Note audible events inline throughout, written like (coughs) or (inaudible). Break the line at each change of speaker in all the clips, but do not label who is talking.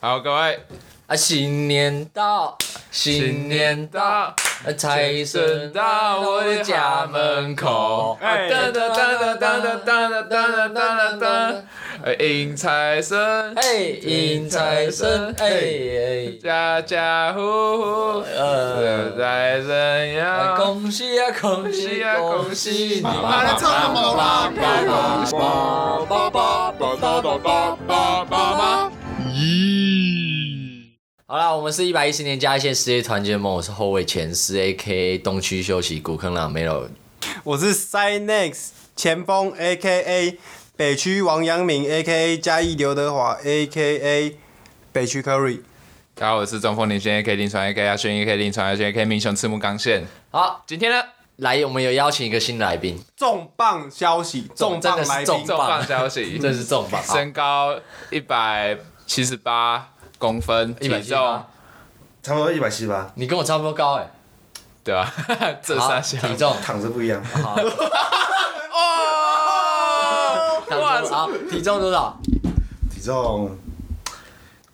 好，各位，
啊，新年到，新年到，啊财神到我的家门口。啊
哎，
噔
噔噔
噔
噔噔
噔噔噔
噔噔噔噔
噔噔噔噔
噔
噔
噔噔，迎财神，
嘿，迎财神，哎哎，
家家户户
呃
有财神
哎
呀。
恭喜啊恭喜啊恭喜你！
啊，来唱什么啦？
叭叭叭叭叭叭叭叭叭。好啦，我们是一百一十年加一线实业团结盟，我是后卫前十 A K A 东区休息古坑朗 Melo。
我是 Cynex 前锋 A K A 北区王阳明 A K A 嘉义刘德华 A K A 北区 Curry。
大家好，我是中锋林轩，AK 林传啊 AK 亚轩，AK 林传亚轩，AK 明雄赤木刚宪。
好，
今天呢，
来，我们有邀请一个新来宾，
重磅消息，重磅
真的
来
是
宾
重，
重
磅
磅消息，
这是重磅，
身高一百七十八公分，体重
178
差不多一百七吧，
你跟我差不多高哎、
对吧？ (laughs) 这
好，
三项
体重，
躺着不
(laughs)
一样。
哦，哇
哇，好，体重多少？
体重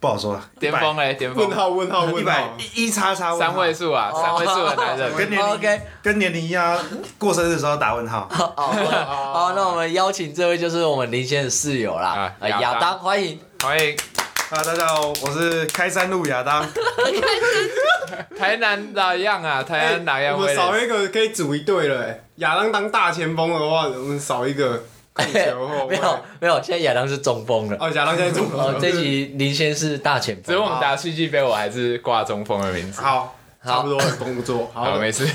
不好说了，
巅峰嘞，巅峰
问，号哦问号
一
问
百
号，
一一叉叉问号
三位，数啊，三位数的男人，
(laughs)
跟年龄
哦 OK
跟年龄一样，过生日的时候打问
(laughs)
号。啊
好，好，那我们邀请这位就是我们林先生的室友啦
啊，
呃
亚
亚
当
当，欢迎。
欢迎
啊，大家好，我是开山路亚当， (laughs)
台南哪样啊？台南哪样
我们
威
少
廉？
一个可以组一队了、欸。亚当当大前锋的话，我们少
(laughs)
一个控球
没
后卫。
有没有，现在亚当是中锋了。
哦，亚当现在中锋。
哦，这集林先是大前
只是我
锋。
们打世纪杯，我还是挂中锋的名字。
好，
好
差不多了工作。
好，
好，
没事。 (laughs)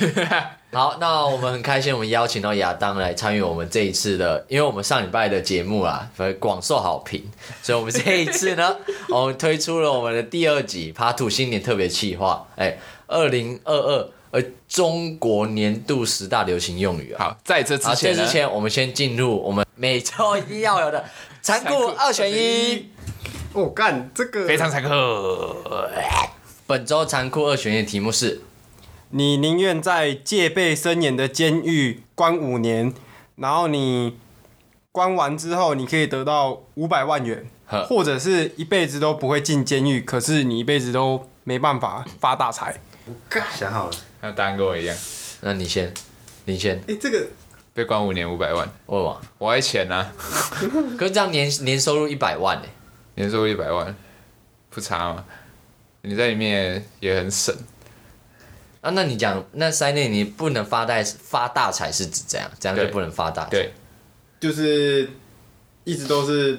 好，那我们很开心，我们邀请到亚当来参与我们这一次的，因为我们上礼拜的节目啦，呃 (laughs) 广受好评，所以我们这一次呢，我们推出了我们的第二集《爬土新年特别企划》，哎，二零二二呃中国年度十大流行用语啊。
好，在这之
好，这
前呢
之，前我们先进入我们每周一定要有的残酷二选一。
我哦干这个
非常残酷。
本周残酷二选一的题目是
你宁愿在戒备森严的监狱关五年，然后你关完之后，你可以得到五百万元
呵，
或者是一辈子都不会进监狱，可是你一辈子都没办法发大财。
想好了，
那答案跟我一样，
那你先，你先，
哎、这个
被关五年五百万，
问我。
我还钱啊呢，
可是这样年年收入一百万呢、欸
年收入一百万，不差嘛。你在里面也很省，
啊，那你讲那三年你不能发大发大财是指这样？这样就
对
不能发大财？
对，
就是一直都是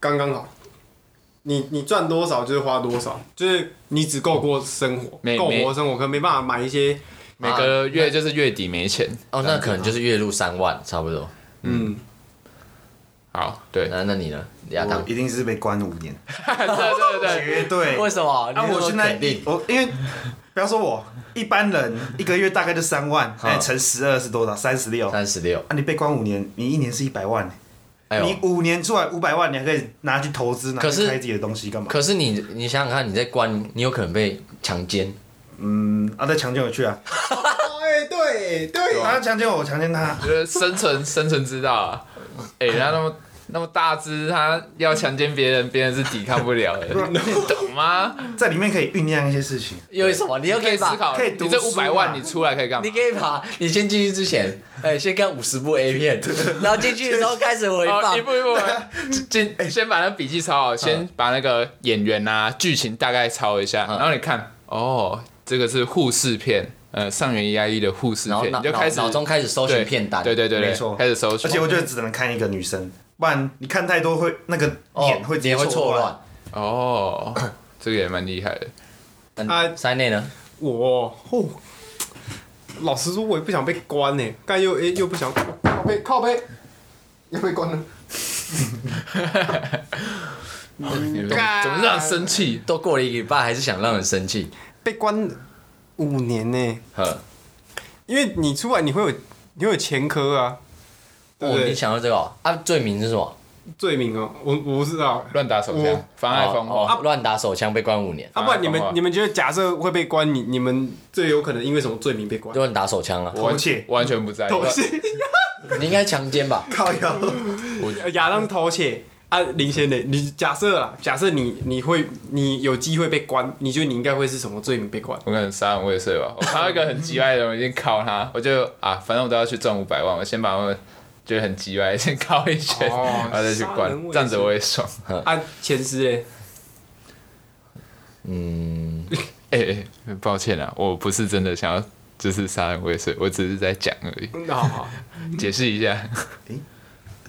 刚刚好。你你赚多少就是花多少，就是你只够过生活，
没
够
没
活生活，可能没办法买一些
每个月就是月底没钱。
哦，那可能就是月入三万差不多。
嗯
好，对，
(laughs)
那那你呢，亚
我
当？呃
一定是被关五年，
对对对，
绝对。
为什么？
啊，
你
我
说
现在
肯定
我因为不要说我，一般人一个月大概就
(laughs)
三万，哎，乘十二是多少？三十六。啊，
三十六。
你被关五年，你一年是一百万，
哎
你
呦，
五年出来五百万，你还可以拿去投资，拿
可是
去开自己的东西干嘛？
可是你你想想看，你在关，你有可能被强奸。
嗯，啊，再强奸我去啊！
哎、对对
他强奸我，我强奸他。
就是生存生存之道啊。哎、人家那么那么大只，他要强奸别人，别人是抵抗不了的，你懂吗？
在里面可以酝酿一些事情。
为什么？你又可
可
以
以思
把
考，
可以读
你这五
书
百
嘛
万你出来可以干嘛
你？可以把你先进去之前，哎、先看五十部 A 片，然后进去的时候开始回
哦，
放
一。步一步来，先先把那笔记抄好，先把那个演员啊、剧情大概抄一下，
嗯
然后你看，哦，这个是护士片，呃，上元一 I 一的护士
然后
片，
脑
你就开
脑
始
脑中开始搜寻
对
片单，
对对对对，
没错
开始搜寻，
而且我觉得只能看一个女生，不然你看太多会那个眼会直接
哦也会
错
错。乱。
哦，这个也蛮厉害的，
啊
嗯，塞内呢？
我哦，老实说，我也不想被关呢、欸，但又诶、又不想靠背靠背，又被关了。 (laughs)
哦
嗯
你们怎么让生气？
都过了一个礼拜，还是想让人生气？
被关五年呢、欸
呵，
因为你出来你会有你会有前科啊，对不
哦，你
对？
想到这个哦啊？罪名是什么？
罪名哦、我我不知道。
乱打手枪
我，
妨碍风化。
哦哦乱打手枪被关五年，
啊，不然你
啊
们你们觉得假设会被关，你你们最有可能因为什么罪名被关？
乱打手枪啊？
我完
偷窃
完全不在意。
偷窃，
你应该强奸吧？
靠腰，
亚当是偷窃，啊，林先磊，你假设啦，假设你你会你有机会被关，你觉得你应该会是什么罪名被关？
我可能杀人未遂吧。我看到一个很急歪的人，我先敲他，
(laughs)
我就啊，反正我都要去赚五百万，我先把他们觉得很急歪， (laughs) 先敲一拳，
哦
然后再去
杀
关
人未，遂
这样子我也爽。 (laughs)
嗯
啊，前十嘞， (laughs)
哎、欸欸抱歉啊，我不是真的想要就是杀人未遂，我只是在讲而
(laughs)
已，
嗯好好，
解释一
(laughs)
下。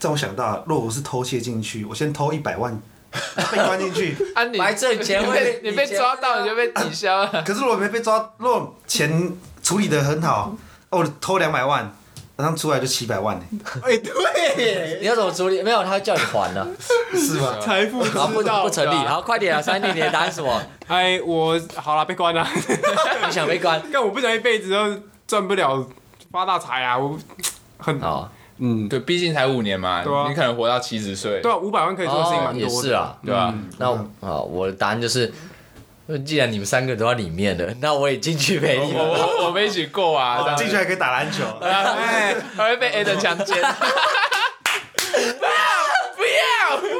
让我想到，若我是偷窃进去，我先偷一百万， (laughs) 被关进去。
啊你，
白正前卫
哎
(laughs) 你被你被抓到你就被抵消
啊
了。
可是如果没被抓，如果钱处理的很好，哦，我偷两百万，然后出来就七百万呢、欸
哎，对耶，
你要怎么处理？没有，他叫你
(laughs)
还了，
是吗？
财富
然后不
知道
不成立，
对吧
好，快点啊！三弟，你的答案是什么？
哎，我好了，被关了， (laughs)
你想被关？
但我不想一辈子都赚不了发大财啊，我很
哦，
哎
嗯，
对，毕竟才五年嘛，
对啊
你可能活到七十岁，
对啊，嗯五百万可以做的事情蛮
也
多
是
的，
啊。
对吧？
那我
嗯
啊，我的答案就是，既然你们三个都在里面了，那我也进去陪
我
你们。
我我们一起过啊，这样子
进去还可以打篮球，
哎，还会被 A 的强奸。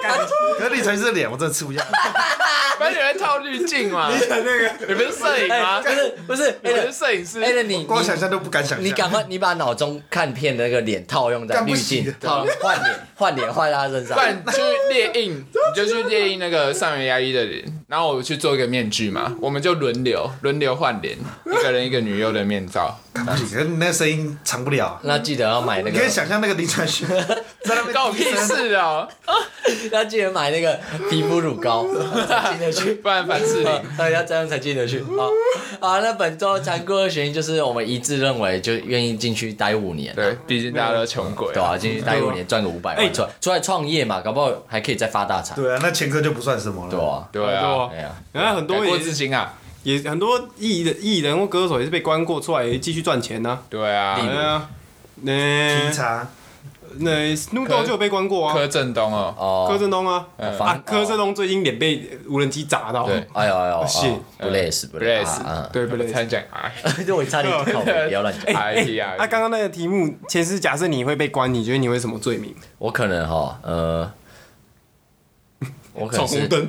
干可是你才是脸，我真的吃不下。
不然你会套滤镜嘛？
那
你不是摄影吗
哎，不？是 (laughs) 不是，
你
哎
不
的
是摄影师
哎，的你
光
你
想象都不敢想象。
你赶快，你把脑中看片的那个脸套用在
干
滤
不行
镜，套换脸，换脸换他身上
不。然你去猎印，你就去猎印那个上元牙医的脸，然后我去做一个面具嘛，我们就轮流轮流换脸，一个人一个女优的面罩，
干不行，可是那个声音藏不了。啊
那记得要买那
你
个
可以，想象那个林
(laughs)
传旭在那边
关我屁事哦！
那记得买那个皮肤乳
(laughs)
膏，才进得去。
不然凡士林。
大家这样才进得去。好，好，那本周残酷二选一就是我们一致认为，就愿意进去待五年。啊
对，毕竟大家都穷鬼
对
啊。
啊，进去待五年赚个五百
哎
万，出来出来创业嘛，搞不好还可以再发大财。
对啊，那前科就不算什么了。
对啊，
对啊，
哎呀，
然后很
改
多
过
也
自新啊。
也很多艺人、艺人或歌手也是被关过出来继续赚钱呐，
对
例
啊
如，
对啊，
提
那
查
那 Snoop Dogg 就有被关过啊，
柯震东哦，
哦，
柯震东啊，
嗯
反
啊，柯震东最近脸被无人机砸到，
对
哎呦哎呦哎呦，
是
不累死不累死，啊 (laughs)
对不对？哎
参讲啊
嗯，就我差点靠北，不
(laughs)
要乱讲。哎
，IP 啊，
啊，刚刚那个题目，前是假设你会被关，你觉得你会什么罪名？
我可能哈，呃，我可能
闯红
是
灯，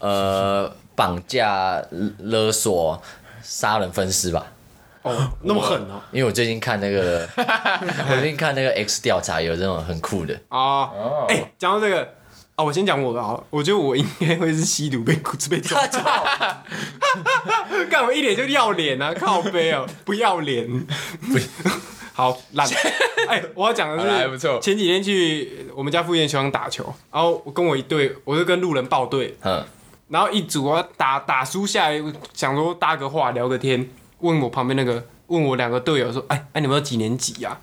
呃绑架、勒索、杀人分尸吧。
哦， (laughs) 那么狠哦！
因为我最近看那个，我最近看那个 X 调查，有这种很酷的，
啊
哦，
哎，讲到这个啊，我先讲我的啊，我觉得我应该会是吸毒被被抓，干我一脸就要脸啊，靠背哦，不要脸，好懒。哎，我要讲的
好啦还
是，
不错
前几天去我们家附近的球场打球，然后我跟我一队，我就跟路人报队，
嗯，
然后一组啊打打输下来，想说搭个话聊个天，问我旁边那个问我两个队友说，哎哎、你们都几年级啊？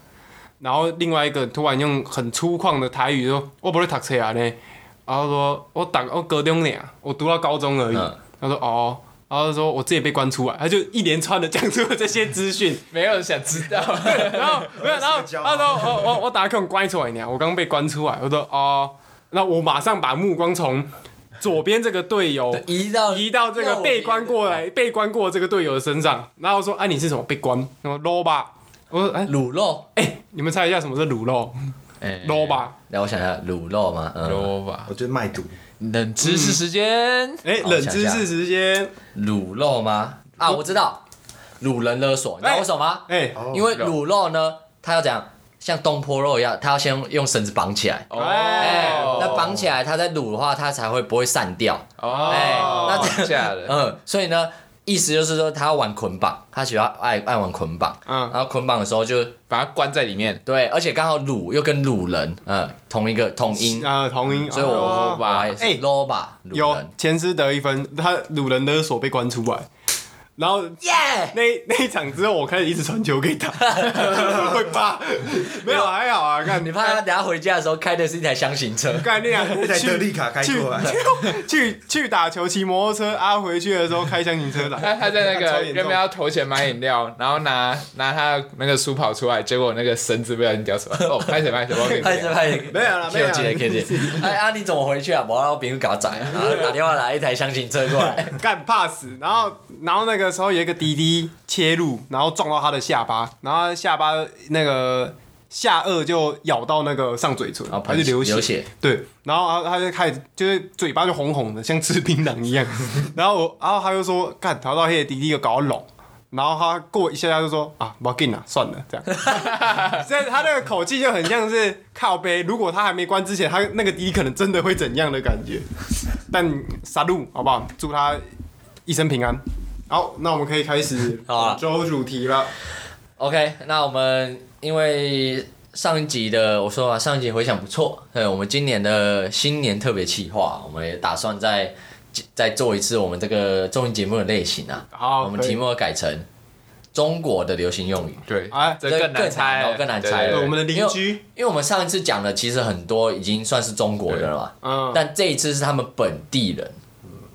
然后另外一个突然用很粗犷的台语说，我不是读册啊呢，然后说我打我高中呢，我读到高中而已。
嗯
他说哦，然后说我自己被关出来，他就一连串的讲出了这些资
(laughs)
讯，
没有人想知道。
然后没有，然后他说我我我打孔关出来啊呢，我刚被关出来，我说哦，那我马上把目光从左边这个队友。
移到
移到这个被关过来、被关过这个队友的身上，然后说：“啊，你是什么被关？什么 low 吧？”我说：“哎、
卤肉，
哎、你们猜一下什么是卤肉
哎
？low 吧？
来我想一下，卤肉吗？嗯，
罗吧，
我觉得卖毒，
冷知识时间。
哎、
好
冷知识时间，
卤肉吗？啊，我知道，卤人勒索，你知道为什么吗？
哎、
哦
因为卤肉呢，它要怎样？像东坡肉一样，它要先用绳子绑起来。哎，
哦
那绑起来，它再卤的话，它才会不会散掉。
哦，
哎那这
绑架了。
嗯，所以呢，意思就是说，他要玩捆绑，他喜欢爱爱玩捆绑。
嗯
然后捆绑的时候就
把它关在里面。
对，而且刚好卤又跟鲁人，嗯，同一个同音，
啊，同音，
所以
哦
我把
哎
哎 low 吧鲁
有
人，
前师得一分，他鲁人勒索被关出来，然后
耶，
那那一场之后，我开始一直传球给
(laughs)
他，会怕，没有还好啊，看
你怕他等下回家的时候开的是一台箱型车，
干那两
一台德利卡开啊过来，
去去打球骑摩托车啊，回去的时候开箱型车来，
他他在那
超
个
严重
原本要投钱买饮料，然后拿拿他那个书跑出来，结果那个绳子不小心掉手。哦，拍谁拍谁，我给你
(laughs) 拍着
讲。
拍着，
没有啦
(laughs) 可以
没有啦
接可以接， (laughs) 哎啊你怎么回去啊？我要别人搞仔，然后打电话来一台箱型车过
(laughs)
来，
干怕死。然后然后那个时候有一个滴滴切入，然后撞到他的下巴，然后他下巴那个。下颚就咬到那个上嘴唇，
然后
他
喷
就流
流血，
对，然后他他就开始就是嘴巴就红红的，像吃槟榔一样。 (laughs) 然后我，然后他就说，干，调到黑的滴滴个搞拢。然后他过一下下就说啊，不要紧啦，算了，这样。 (laughs) 所以他那个口气就很像是靠背。如果他还没关之前，他那个滴可能真的会怎样的感觉。但杀戮好不好？祝他一生平安。好，那我们可以开始
好啊
本周主题了。
OK，那我们因为上一集的我说嘛，上一集回响不错，对，我们今年的新年特别企划，我们也打算再再做一次我们这个综艺节目的类型啊。
好，
我们
可以
题目改成中国的流行用语，
对，
哎
这
这
更难
更
猜
难
了，
哦更难
对
猜
对
了
对
对
我们的邻居，
因为我们上一次讲的其实很多已经算是中国的了嘛，
嗯，
但这一次是他们本地人，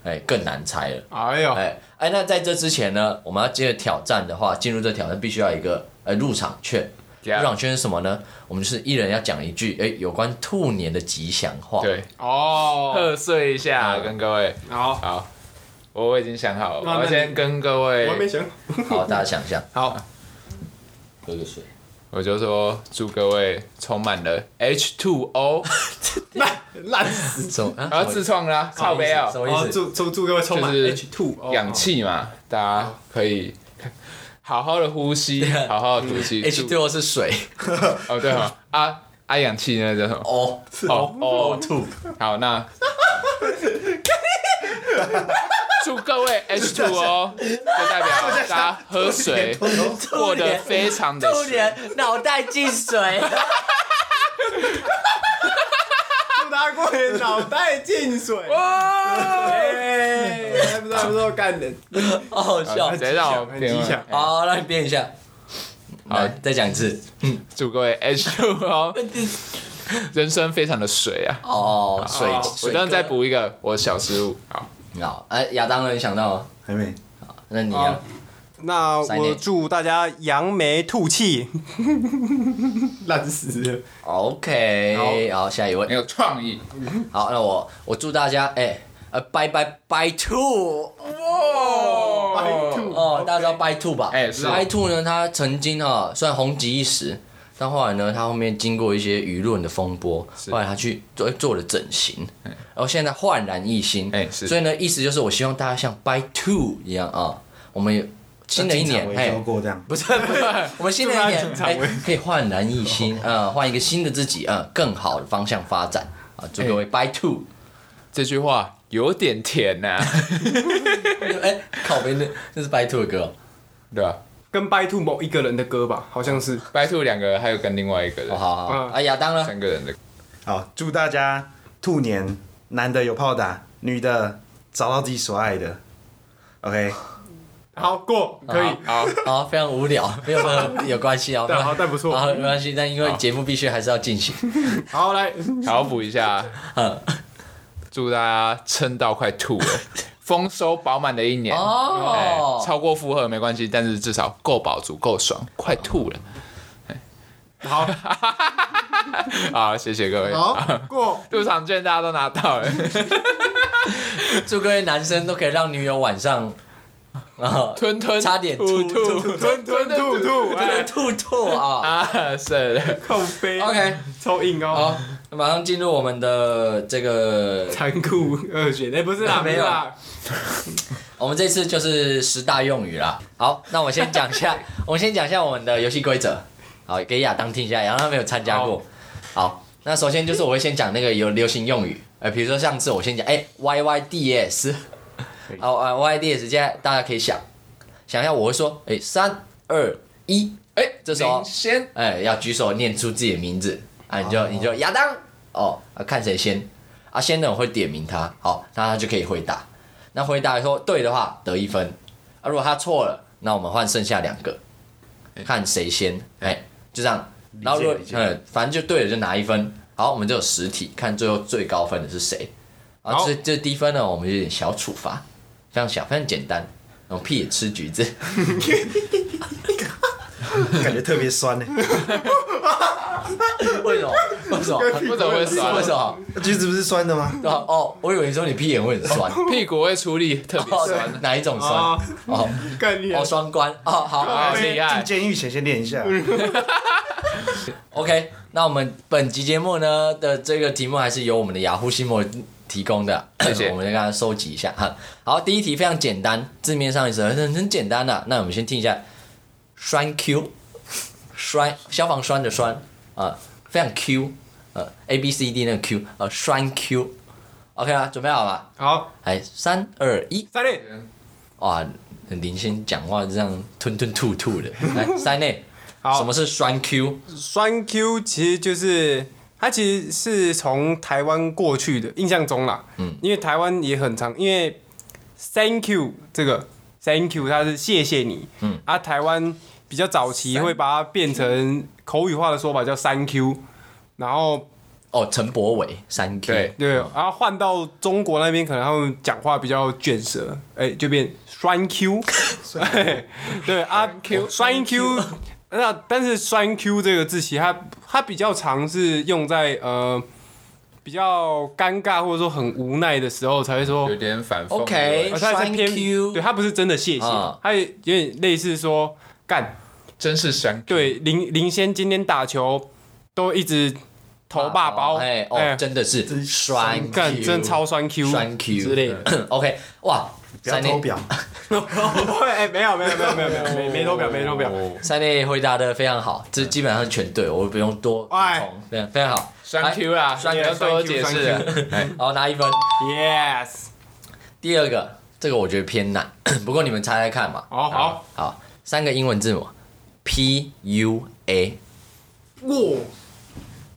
哎，更难猜了。
哎呦，
哎哎，那在这之前呢，我们要接着挑战的话，进入这挑战必须要有一个呃入场券。
对
入场券是什么呢？我们就是一人要讲一句，哎、有关兔年的吉祥话。，
对，
哦，
贺岁一下，
嗯
跟各位
好，
好。我我已经想好了，
那
我要
那你
先跟各
哎
位
我还没想
好，大家想象，
好。
喝个水。
我就说祝各位充满了 H2O，
烂烂死！
(laughs) 什么？
然啊后自创啦，
什
靠
么意
背
思？
啊
什，么
哦，
意思？
祝祝祝各位充满
就是
H two 哦
氧，气嘛，大家可以好好的呼吸，好好的吐气。
H
祝
two O 哎是水
哦对哦，啊啊氧气那个叫什么？
哦
哦
哦
哦，
吐
好那。祝各位 H2O，就代表大家喝水过得非常的
兔年脑袋进水，
祝大家过年脑袋进水！
(laughs)
哎还不错还不错，干的
好好笑
好。啊谁让我
很吉祥
好，
好，那你变一下。好，再讲一次。
祝各位 H2O 人生非常的水啊！
哦，水
好，
我
水
刚刚再
哥。
补一个我小失误，好，
好，哎，亚当能想到吗？
还没
那你啊
好
呢？
那我祝大家扬眉吐气，烂死了！
OK，好，下一位
很。有创意。
好，那我我祝大家哎、呃拜拜拜兔
白
哇！
兔
哦，大家知道拜兔吧？
哎是
拜兔呢，它曾经哈、虽然红极一时，但后来呢，它后面经过一些舆论的风波，后来它去做做了整形，然后现在焕然一新。
嗯哎是
所以呢，意思就是我希望大家像拜兔一样啊、我们有新的一年
经常维
哎
修。过这样，
不是，不是，我们新的一年哎可以焕然一新，呃，换一个新的自己，呃，更好的方向发展啊！祝各位拜兔。
这句话有点甜啊呐，
哎、靠边的，这是白兔的歌哦、
(laughs) 对吧？
跟白兔某一个人的歌吧，好像是
白兔两个，还有跟另外一个
哦。
人，
好好好，
嗯
啊，亚当呢？
三个人的。
好，祝大家兔年男的有炮打，女的找到自己所爱的。OK，
好过可以，
好，
好，非常无聊，没有任何有关系啊。
对，好，但不错。
好，没关系，但因为节目必须还是要进行。
好，来，
好好补一下，
嗯
祝大家撑到快吐
(laughs)
了，丰收饱满的一年。哎
哦，
超过负荷没关系，但是至少够饱足、够爽，快吐了。
好，
(laughs) 好，谢谢各位。
好过。
入场券大家都拿到了，
祝各位男生都可以让女友晚上啊
吞吞
差点
吐
吐
吐
吐
吞吞
兔兔，哎
吐吐啊。
啊，是的。
靠背
OK，
超硬哦。
好，那马上进入我们的这个，
残酷二选，哎，不是啦，
没有
不是啦，
我们这次就是十大用语啦。好，那我先讲一下，我先讲一下我们的游戏规则。好，给亚当听一下，亚当他没有参加过。好，那首先就是我会先讲那个有流行用语，呃，比如说上次我先讲，哎、y Y D S，好啊，Y Y D S，现在大家可以想，想一下我会说，哎、三二一，
哎、
这时候
您先
哎、要举手念出自己的名字啊，你就你就亚当哦，啊看谁先啊，先的我会点名他，好，那他就可以回答。那回答说对的话得一分，啊，如果他错了，那我们换剩下两个，看谁先，哎、就这样。然后如果
理解
嗯，反正就对了就拿一分。好，我们就有十题，看最后最高分的是谁。然后
好
这这低分呢，我们有点小处罚，这样小非常简单，然后屁也吃橘子。 (laughs)
感觉特别酸呢、
(laughs) 为什么？为哦什么？啊
不怎么会酸
(laughs) 为，什么？
橘子不是酸的吗？
对啊 (laughs) 哦，我以为你说你屁眼会
(laughs)
很酸，
屁股会出力，特别
哦
酸。
哪一种酸？
啊
哦，
干你啊
哦，双关，哦，好好嗯
啊，厉害
进！监狱前先练一下。
，OK。那我们本集节目呢的这个题目还是由我们的雅虎新闻提供的，
谢谢
(coughs) 我们就刚刚收集一下哈。好，第一题非常简单，字面上意思很很简单的、那我们先听一下，栓 Q，栓消防栓的栓啊、非常 Q，呃，A B C D 那个 Q，呃，栓 Q。OK 啊，准备好了吗？
好，
来，三二一。
三类
哇，很林先讲话这样吞吞吐吐的。来，塞内，
好
什么是栓 Q？
栓 Q 其实就是它其实是从台湾过去的，印象中啦，嗯，因为台湾也很常，因为 Thank you 这个 Thank you 它是谢谢你，嗯，啊，台湾比较早期会把它变成口语化的说法叫三 Q，然后
哦，陈柏伟三 Q。
对
对，然后换到中国那边，可能他们讲话比较卷舌，哎、就变栓 Q，对 (laughs) 啊，Q 栓 Q，那但是栓 Q 这个字其实它它比较常是用在呃比较尴尬或者说很无奈的时候才会说
有，点反讽。
OK
而它是
栓
偏
Q
对，它不是真的谢谢
啊，
它也有点类似说干，
真是酸。
对林林先今天打球都一直头霸包，
哎哦，真的是栓 Q，
干真超栓 Q
栓 Q 嗯
之类
(laughs)
的。
OK，哇，
不要
塞
偷
内
表，
哎、没有没有没有没有没有没没偷表没偷表。
塞内回答的非常好，这基本上全对，我不用多补
哎
充，对，非常好。
酸 Q 啦，
酸
酸
Q，
Q 多啊解释了。哎
好，拿一分。
Yes，
第二个，这个我觉得偏难， (coughs) 不过你们猜猜看嘛。
好好，
好，三个英文字母，P U A。
哇，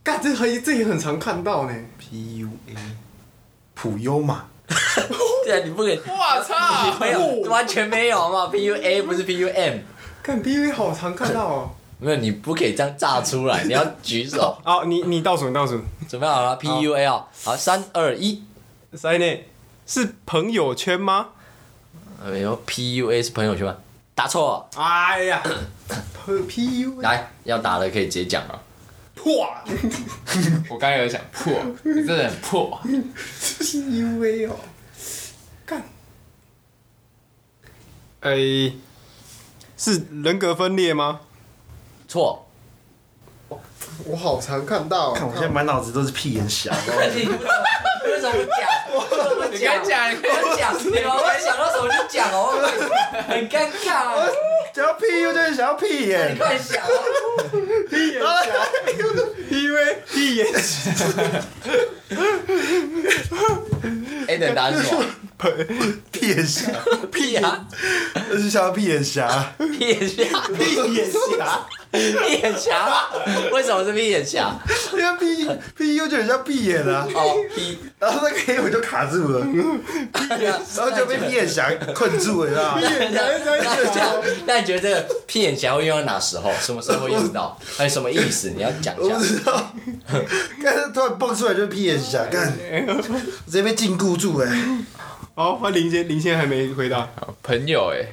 干这很这也很常看到呢。
PUA，普优嘛，
对啊，你不给
我操！
没有， (laughs) 完全没有嘛！PUA 不是 PUM，
看 PV 好常看到哦。。
没有，你不可以这样炸出来，你要举手 (laughs)
好，你你倒数你倒数，
准备好了，PUA 哦，好，三二一。
塞内是朋友圈吗？
哎呦，PUA 是朋友圈吗？答错了，
哎呀，P U
来，要打的可以直接讲了。
破
(laughs) 我刚才有想破，你真的很破。
P U A 哦，干。哎、是人格分裂吗？
错，
我好常看到，
看我现在满脑子都是屁眼侠。
你为什么不讲？
你敢讲？你敢
要讲，你们会想到什么就讲哦，很尴尬哦，
想要 PU 就是想要屁眼，
快想哦。
P U A 一眼
哎，等答案是什么？
屁眼侠，
(laughs) 屁啊呀，
就是想要屁眼侠。
屁眼侠，
屁眼侠，
屁眼侠，为什么是屁眼侠？
因为 P PU 就很像屁眼啊，
哦，P
然后那个黑我就卡住了，然后就被屁眼侠困住了，你知道吗？
那你觉得那你觉得这个屁眼侠会用到哪时候？什么时候会用 (laughs) 到？还有什么意思？你要讲一
我不
下。
知道，看突然蹦出来就是屁眼侠，看直接被禁锢住哎、
好，换林先，林先还没回答。
好朋友哎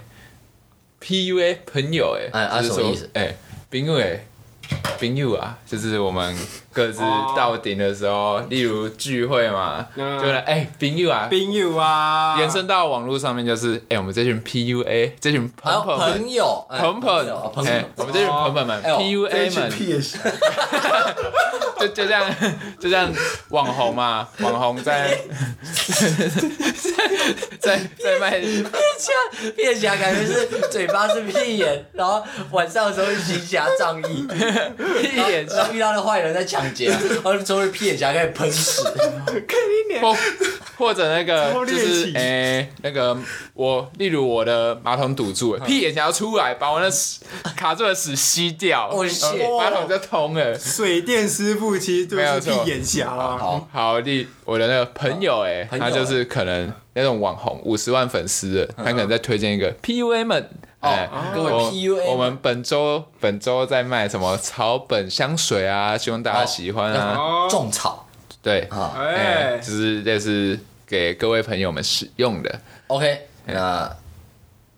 ，PUA 朋友哎，
哎啊
就是
什么
说
意思
哎，朋友哎。朋友啊，就是我们各自
哦
到顶的时候，例如聚会嘛，
嗯
就是哎，朋友啊，
冰友啊，
延伸到网络上面就是，哎、我们这群 PUA，这群
还有
朋朋们，
啊朋友，哎
朋
朋
朋
友，
哎、
朋友，
我们这群朋朋们
哎呦
这一
PUA
群
们，
屁眼侠，
就就这样，就这样，网红嘛，网红在在在卖，
屁眼侠感觉是嘴巴是屁眼，然后晚上的时候是行侠仗
(laughs)
义，屁
眼
然后遇到那坏人在抢劫，啊然后终于屁眼侠开始喷屎，
或或者那个
超
就
猎
是
奇
哎、那个我，例如我的马桶堵住
嗯
了，屁眼想要出来，把我那屎卡住的屎吸掉，
我
然后马桶就通了。
水电师傅其实就
没有
是
错
屁眼侠啦。
好，
好，例我的那个朋友哎、
朋友
他就是可能那种网红五十万粉丝的，他可能在推荐一个 PUA 们。哎
各位
我
PUA 们
我们本周本周在卖什么草本香水啊，希望大家喜欢啊。
哦，
种草
对，
啊
哎，
哎
就，是类似给各位朋友们使用的。
，OK，那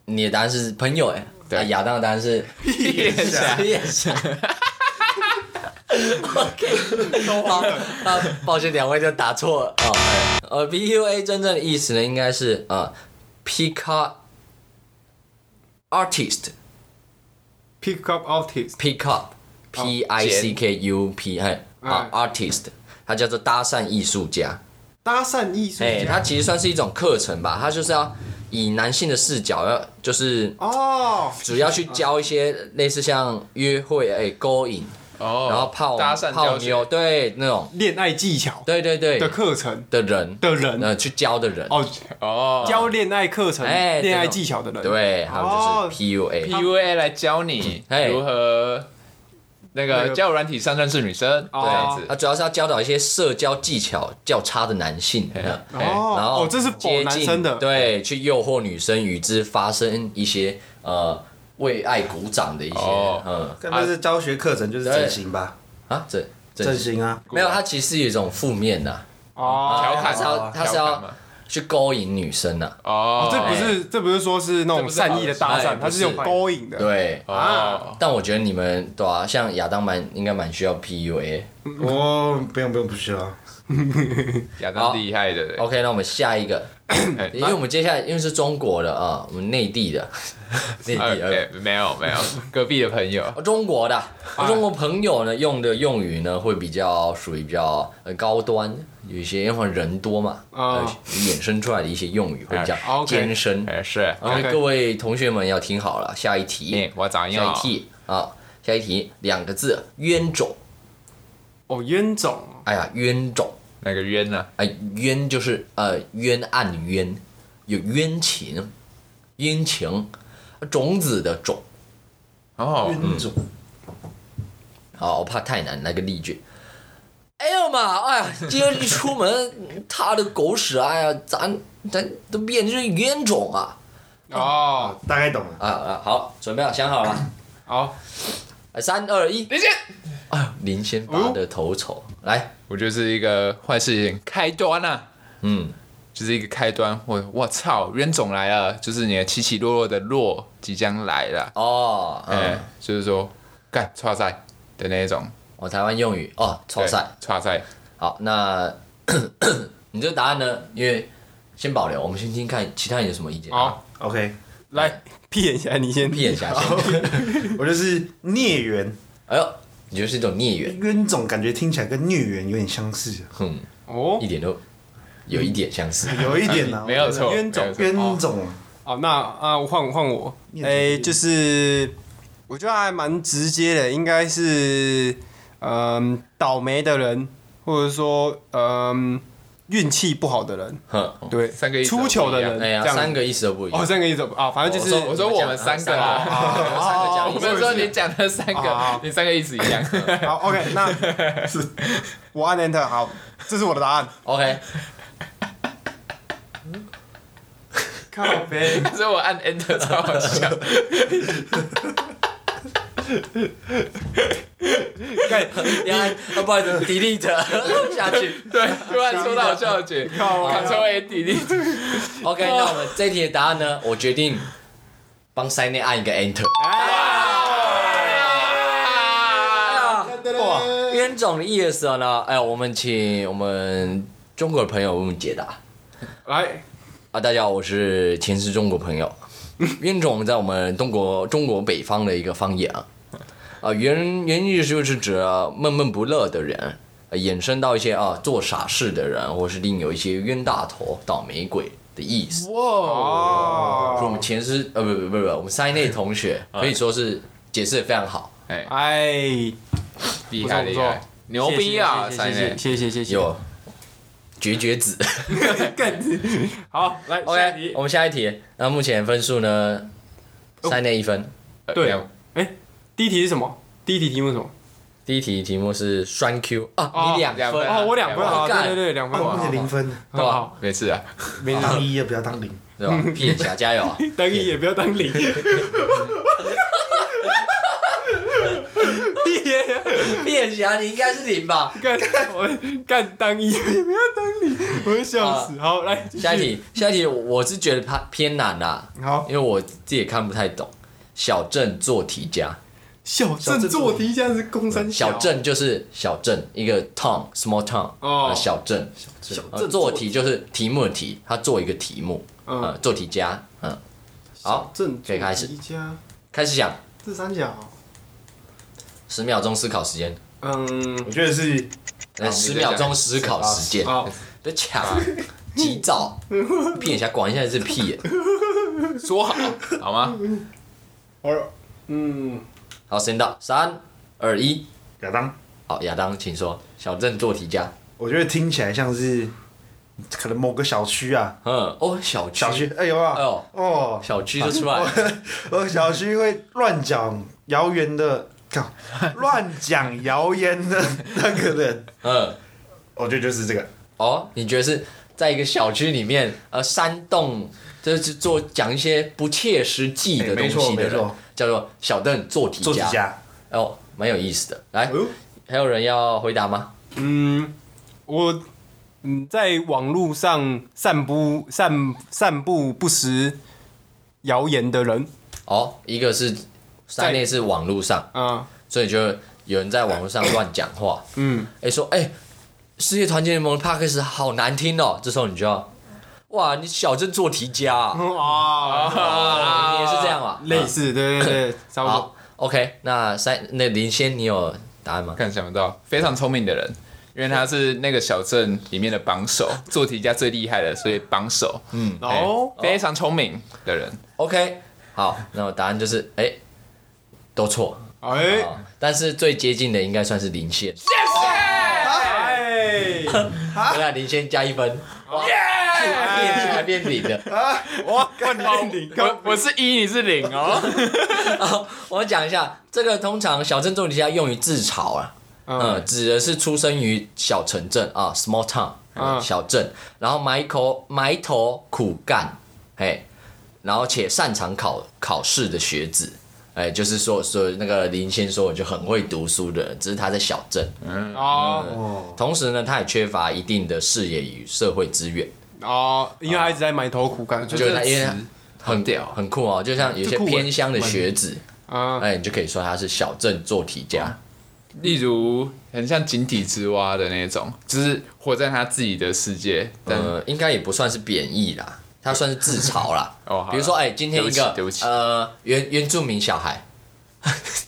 你的答案是朋友哎，
对
啊亚当的答案是屁眼侠，屁眼侠。好，那抱歉，两位就答错了。哦，哎呃，PUA 真正的意思呢，应该是呃，pick artist，pick
Pick up artist，
up。P I C K U P 哎啊，artist，它叫做搭讪艺术家。
搭讪艺术
哎、
家
它其实算是一种课程吧，它就是要以男性的视角，要就是
哦，
主要去教一些类似像约会、哎、勾引，
哦，
然后泡
搭讪
泡
教学
妞，对那种，
恋爱技巧
对对对
的课程
的人
的人
呃去教的人，
哦，
哦
教恋爱课程、
哎
恋爱
这种
技巧的人，
对，还有
哦
就是 PUA，、
PUA 来教你
嘿
如何那
那
个
个
交友软体上认识女生这
哦
样子
它啊主要是要教导一些社交技巧较差的男性。呃
哎
哦，
然后
哦，这是否
接
男
近
生的，
对，去诱惑女生，与之发生一些呃为爱鼓掌的一些，
哦
嗯
该不是教学课程就是整形吧？
啊，这
整形啊，
没有，它其实有一种负面的、
哦，
调侃
他是要他是
调侃
要
嘛
去勾引女生啊呐、
哦，
这不是这不是说是那种善意的搭
哎这不是好哎
讪，
的
它是有勾引的，
对。
哦，
但我觉得你们对啊，像亚当蛮应该蛮需要 PUA。
哦，不用不用不需要，
亚当厉害的，
OK，那我们下一个，
哎
因为我们接下来因为是中国的啊，我们内地的， (laughs) 内
哎
地的。
哎没有没有，隔壁的朋友
(laughs) 哦中国的中国朋友呢用的用语呢会比较属于比较呃高端，有一些因为人多嘛，
啊
呃衍生出来的一些用语会比较
哎，OK
艰深。
哎是，
然后
OK
各位同学们要听好了，下一题。
哎我咋
下
样
一？题啊，下一题两个字，冤种。
哦，冤种，
哎呀，冤种，
那个冤啊呢？
哎，冤就是呃冤案的冤，有冤情，冤情，种子的种。
哦，
运种
好，我怕太难，来个例句。哎呀妈！哎呀，今天一出门，踏的狗屎！哎呀，咱咱都变成冤种啊！
哦，
大概懂了。
啊啊，好，准备好，想好了，
好，
来三二一，
林先，
哎呦，林先拔的头筹，来，
我觉得是一个坏事情开端啊。
嗯，
就是一个开端，我我操，冤种来了，就是你的起起落落的落即将来了，
哦，
哎、
嗯，
就是说干叉赛的那一种，
我、台湾用语哦，超赛，
叉赛，
好，那 (coughs) 你这个答案呢？因为先保留，我们先听看其他人有什么意见。
好，
OK，
来
哎
屁眼侠，你先
闭眼遐想。
(laughs)
我就是孽缘，
哎呦，你就是一种孽缘，
冤种感觉听起来跟孽缘有点相似，
哼，
哦
一，点都有一点相似。
有一点
(laughs)
呢。
没有错，
冤种
没有错
冤种，
好，那啊，换换我，
念
哎，
念
就是我觉得还蛮直接的，应该是嗯倒霉的人，或者说嗯运气不好的人，
哼，
对，
三个意思都
出糗的
不
人，
哎
这
呀，
样
三个意思都不一
哦，
样。
三个意思啊，反正就是
我
我说我们三个
啊
啦，
三个讲
我
义
们说你讲的三
啊
哦
个，你三个意思一样，
(laughs)
(laughs)
好，OK，那我按 Enter，好，这是我的答案。
OK，
靠背，
所以我按 Enter 超好笑，
(laughs)
干
原来啊不好意思，delete 下去。
对，突然说到好笑的句
靠啊
，Ctrl A delete，
OK，那我们这题的答案呢？我决定帮塞内按一个 Enter。
啊
哇，
冤种的意思呢？哎，我们请我们中国的朋友为我们解答
来，
啊！大家好，我是前世中国朋友。 (laughs) 冤种在我们中国中国北方的一个方言啊，啊，原原意就是指啊闷闷不乐的人，啊衍生到一些啊做傻事的人，或是另有一些冤大头、倒霉鬼的意思。所以我
哦，
们前世呃不不不不，我们塞内同学可以说是解释的非常好。
哎，
哎，
厉害厉害
不错不错，
牛逼啊，
谢
三
谢
位，
谢谢谢谢， (laughs)
有绝绝子。
更 (laughs) 好，来下一
OK，
题
(laughs) 我们下一题。那目前分数呢？三内一分。
呃
对
没有
哎，第一题是什么？第一题题目是什么？
第一题题目是双 Q
哦
啊，你两
两分
分
啊
哦，我两分啊，
我干
对对对，两分，
哦
目前零分，
好，好好，
没事啊，
没事，
当一也不要当零。
对吧？屁眼侠加油啊！
当一也不要当零，
屁眼侠，你应该是零吧？
干我干当一也不要当零，我会笑死。好，来继续
下一题，下一题，我是觉得它偏难啦，啊
好
因为我自己也看不太懂。小镇做题家，
小镇做题现在是公三
小镇就是小镇，一个 town small town，
哦
呃小镇。
小
呃
镇
做题就是题目的题，他做一个题目，
嗯
呃，做题家，嗯，好，
镇
可以开始
一家
开始讲，
这三角
十秒钟思考时间，
嗯，
我觉得是
呃，十秒钟思考时间，
哦，
别抢啊，急躁，屁一下，管一下是屁耶，
说好好吗？
嗯
我嗯，
好，时间到，三二一，
亚当，
好，亚当，请说，小镇做题家，
我觉得听起来像是可能某个小区啊，
嗯，哦，小区，
小区，哎有
哎
啊，
呦，
哦， (laughs)
小区就出来了，
我小区会乱讲谣言的，靠，乱讲谣言的 (laughs) 那个人，
嗯，
我觉得就是这个。
哦，你觉得是在一个小区里面，呃，煽动，就是做讲一些不切实际的东
哎没错
西的
没
人
错，
叫做小邓做题
做题
家。
家，
哦，蛮有意思的。来
哎呦，
还有人要回答吗？
嗯，我嗯在网络上散布散散布不实谣言的人
哦，一个是三类是网络上，
啊，
所以就有人在网络上乱讲话，
(coughs) 嗯，
哎、说哎、世界团结联盟的 p a c k a s 好难听哦，这时候你就要，哇，你小镇做题家、啊，
哦，
哦你也是这样啊，
嗯类似，哦对对对，差
嗯。
不多。
好，OK，那三那林先，你有答案吗？
看想不到，非常聪明的人，因为他是那个小镇里面的榜
(laughs)
首，做题家最厉害的，所以榜首。嗯，
哦
哎非常聪明的人，
OK，好，那我答案就是哎、都错、
哎
哦但是最接近的应该算是林先，
哎，
对啊，林先加一分，变零还变零的。
哇，干你
我我是一，你是零哦。
(laughs) 好，我讲一下，这个通常小镇做题家用于自嘲啊，嗯、指的是出生于小城镇啊，small town，、啊
嗯
小镇，然后埋头埋头苦干，哎，然后且擅长考考试的学子。哎，就是说，说那个林先说，我就很会读书的人，只是他在小镇，
哦
哦，
同时呢，他也缺乏一定的视野与社会资源，
哦，因为他一直在埋头苦干，就
就是
是
他因为他很
屌
很酷哦，就像有些
这酷欸
偏乡的学子，
啊，
哎，你就可以说他是小镇做题家。
例如很像井底之蛙的那种，就是活在他自己的世界，
哦
但、
呃，应该也不算是贬义啦，他算是自嘲啦。
(laughs) 哦好啦
比如说，哎、今天一个
对不起对不起
呃原原住民
(laughs)
小孩，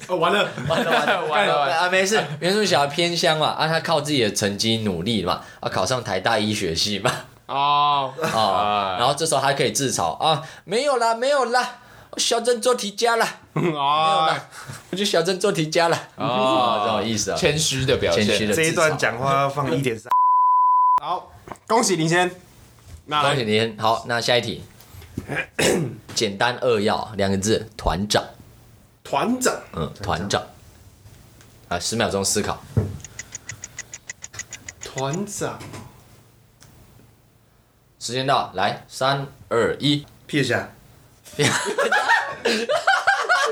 哦完了，
完了完了
完了完了
啊，没事，原住民小孩偏乡嘛，啊，他靠自己的成绩努力嘛，啊，考上台大医学系嘛，
哦，
啊，然后这时候还可以自嘲啊，没有啦，没有啦，我小镇做题家啦，没有
啊
啦，我去小镇做题家啦，
哦
啊，这种意思啊，
谦虚的表
谦
现。
虚的
这一
自
段
嘲
讲话要放
(laughs)
一点三，
好，恭喜林先，那
恭
来
喜您。好，那下
(coughs)
一题，简单扼要两个字，团长。
团长
嗯，团长。啊，十秒钟思考。
团长
时间到，来，三二一。
撇下，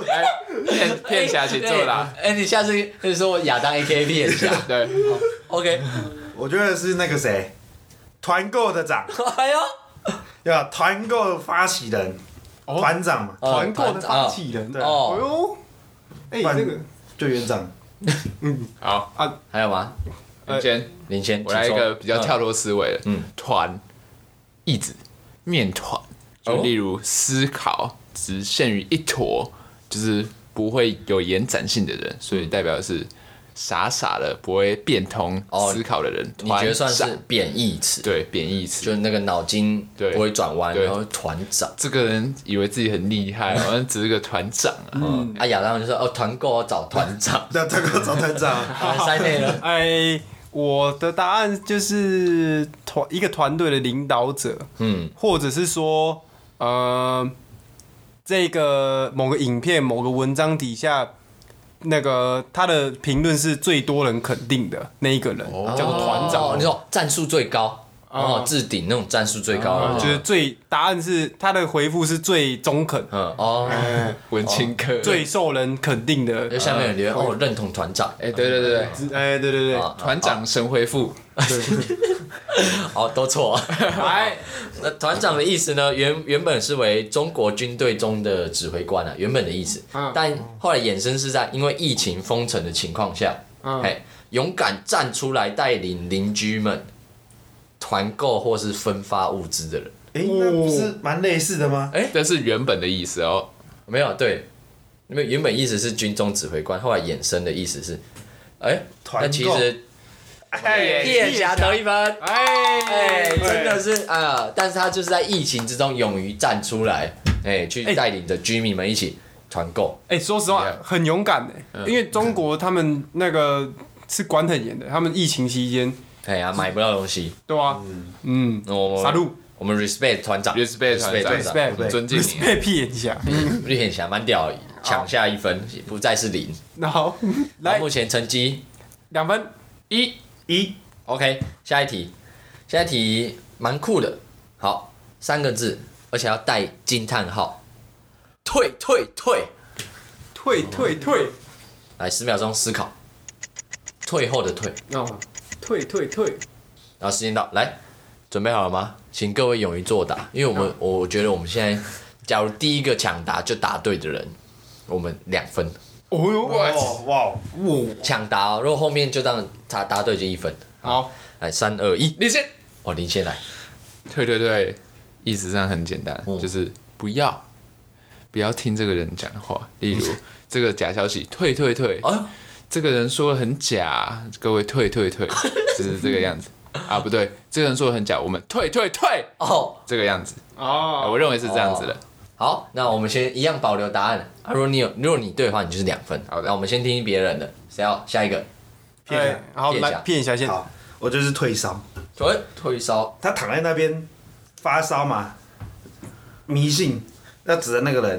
哎骗骗侠去做啦，
哎、你下次可以说我亚当 A K
(laughs)
骗侠
对，
，OK？
我觉得是那个谁，团购的长，
哎呦，
对吧？团购发起人，团长嘛，
哦
团购的发起人
对
哎
哦，
呦，哎
团
这个
就园长，。
好，
还有吗？
林先，
林先，
我来一
请
个
哎说
比较跳脱思维的，嗯，团，一直面团，就
哦
例如思考只限于一坨，就是不会有延展性的人，
嗯
所以代表的是傻傻的不会变通
哦
思考的人，
嗯你觉
团
得算是
长
贬义词？，
对贬义词，
就是那个脑筋
对
不会转弯，
对
然后团长。
这个人以为自己很厉
(laughs)
害，好像只是个团长啊。
嗯，啊，亚当就说哦，团购要找团长
那团购找团
(laughs)
长，
啊塞内了，
哎，我的答案就是团一个团队的领导者，
嗯，
或者是说，呃，这个某个影片、某个文章底下，那个他的评论是最多人肯定的那一个人，叫做团
哦
长。
你说战术最高，然后置顶那种战术最高的，
啊就是最答案是他的回复是最中肯、
嗯哦，
文青科
最受人肯定的
就。下面有留言哦，认同团长，
哎，对对对对，
哎，对对对，
啊
团长神回复，
哦，都错。
哎，
那团长的意思呢？原原本是为中国军队中的指挥官啊，原本的意思。但后来衍生是在因为疫情封城的情况下，哎、勇敢站出来带领邻居们团购或是分发物资的人，
哎，那不是蛮类似的吗？
这是原本的意思哦。
没有对，没有原本意思是军中指挥官，后来衍生的意思是，哎、
团
那其
购
实
哎
叶霞得一分。哎、
哎，
真的是啊、呃但是他就是在疫情之中勇于站出来，哎、去
哎
带领着居民们一起团购。
哎，说实话
Yeah，
很勇敢的，因为中国他们那个是管很严的，他们疫情期间，
哎呀，买不到东西，
对吧？嗯，
那我
杀
们
戮
我们 respect 团长
Respect 团长
团
respect
尊敬
(laughs)
你，
被屁眼一下，
绿很强，蛮屌的，抢下一分，不再是零。
然后来
目前成绩
两分一，
一
OK，下一题，下一题蛮酷的，好，三个字，而且要带惊叹号，退退退，
退退退，
来十秒钟思考，退后的退，
哦，退退退，
然后时间到，来，准备好了吗？请各位勇于作答，因为我们我觉得我们现在，假如第一个抢答就答对的人，我们两分。
哦
(laughs)
哟，
哇哇，
抢答、哦，如果后面就这样答答对就一分。
好，
来，三二一，
你先。
哦，林先来，
对对对，意思上很简单，
嗯
就是不要不要听这个人讲话。例如这个假消息，退退退，
嗯哎呦
这个人说的很假，各位退退
(laughs)
退，就是这个样子啊，不对，这个人说的很假，我们退退退，
哦，
这个样子，啊
哦，
我认为是这样子的。
好，那我们先一样保留答案。啊，如果你有，如果你对的话，你就是两分。
好的
那我们先听听别人的，谁要下一个？
骗
哎
人，
好
骗一下
来骗一下先，
好，我就是退烧，
退退烧，
他躺在那边发烧嘛，迷信，要指着那个人，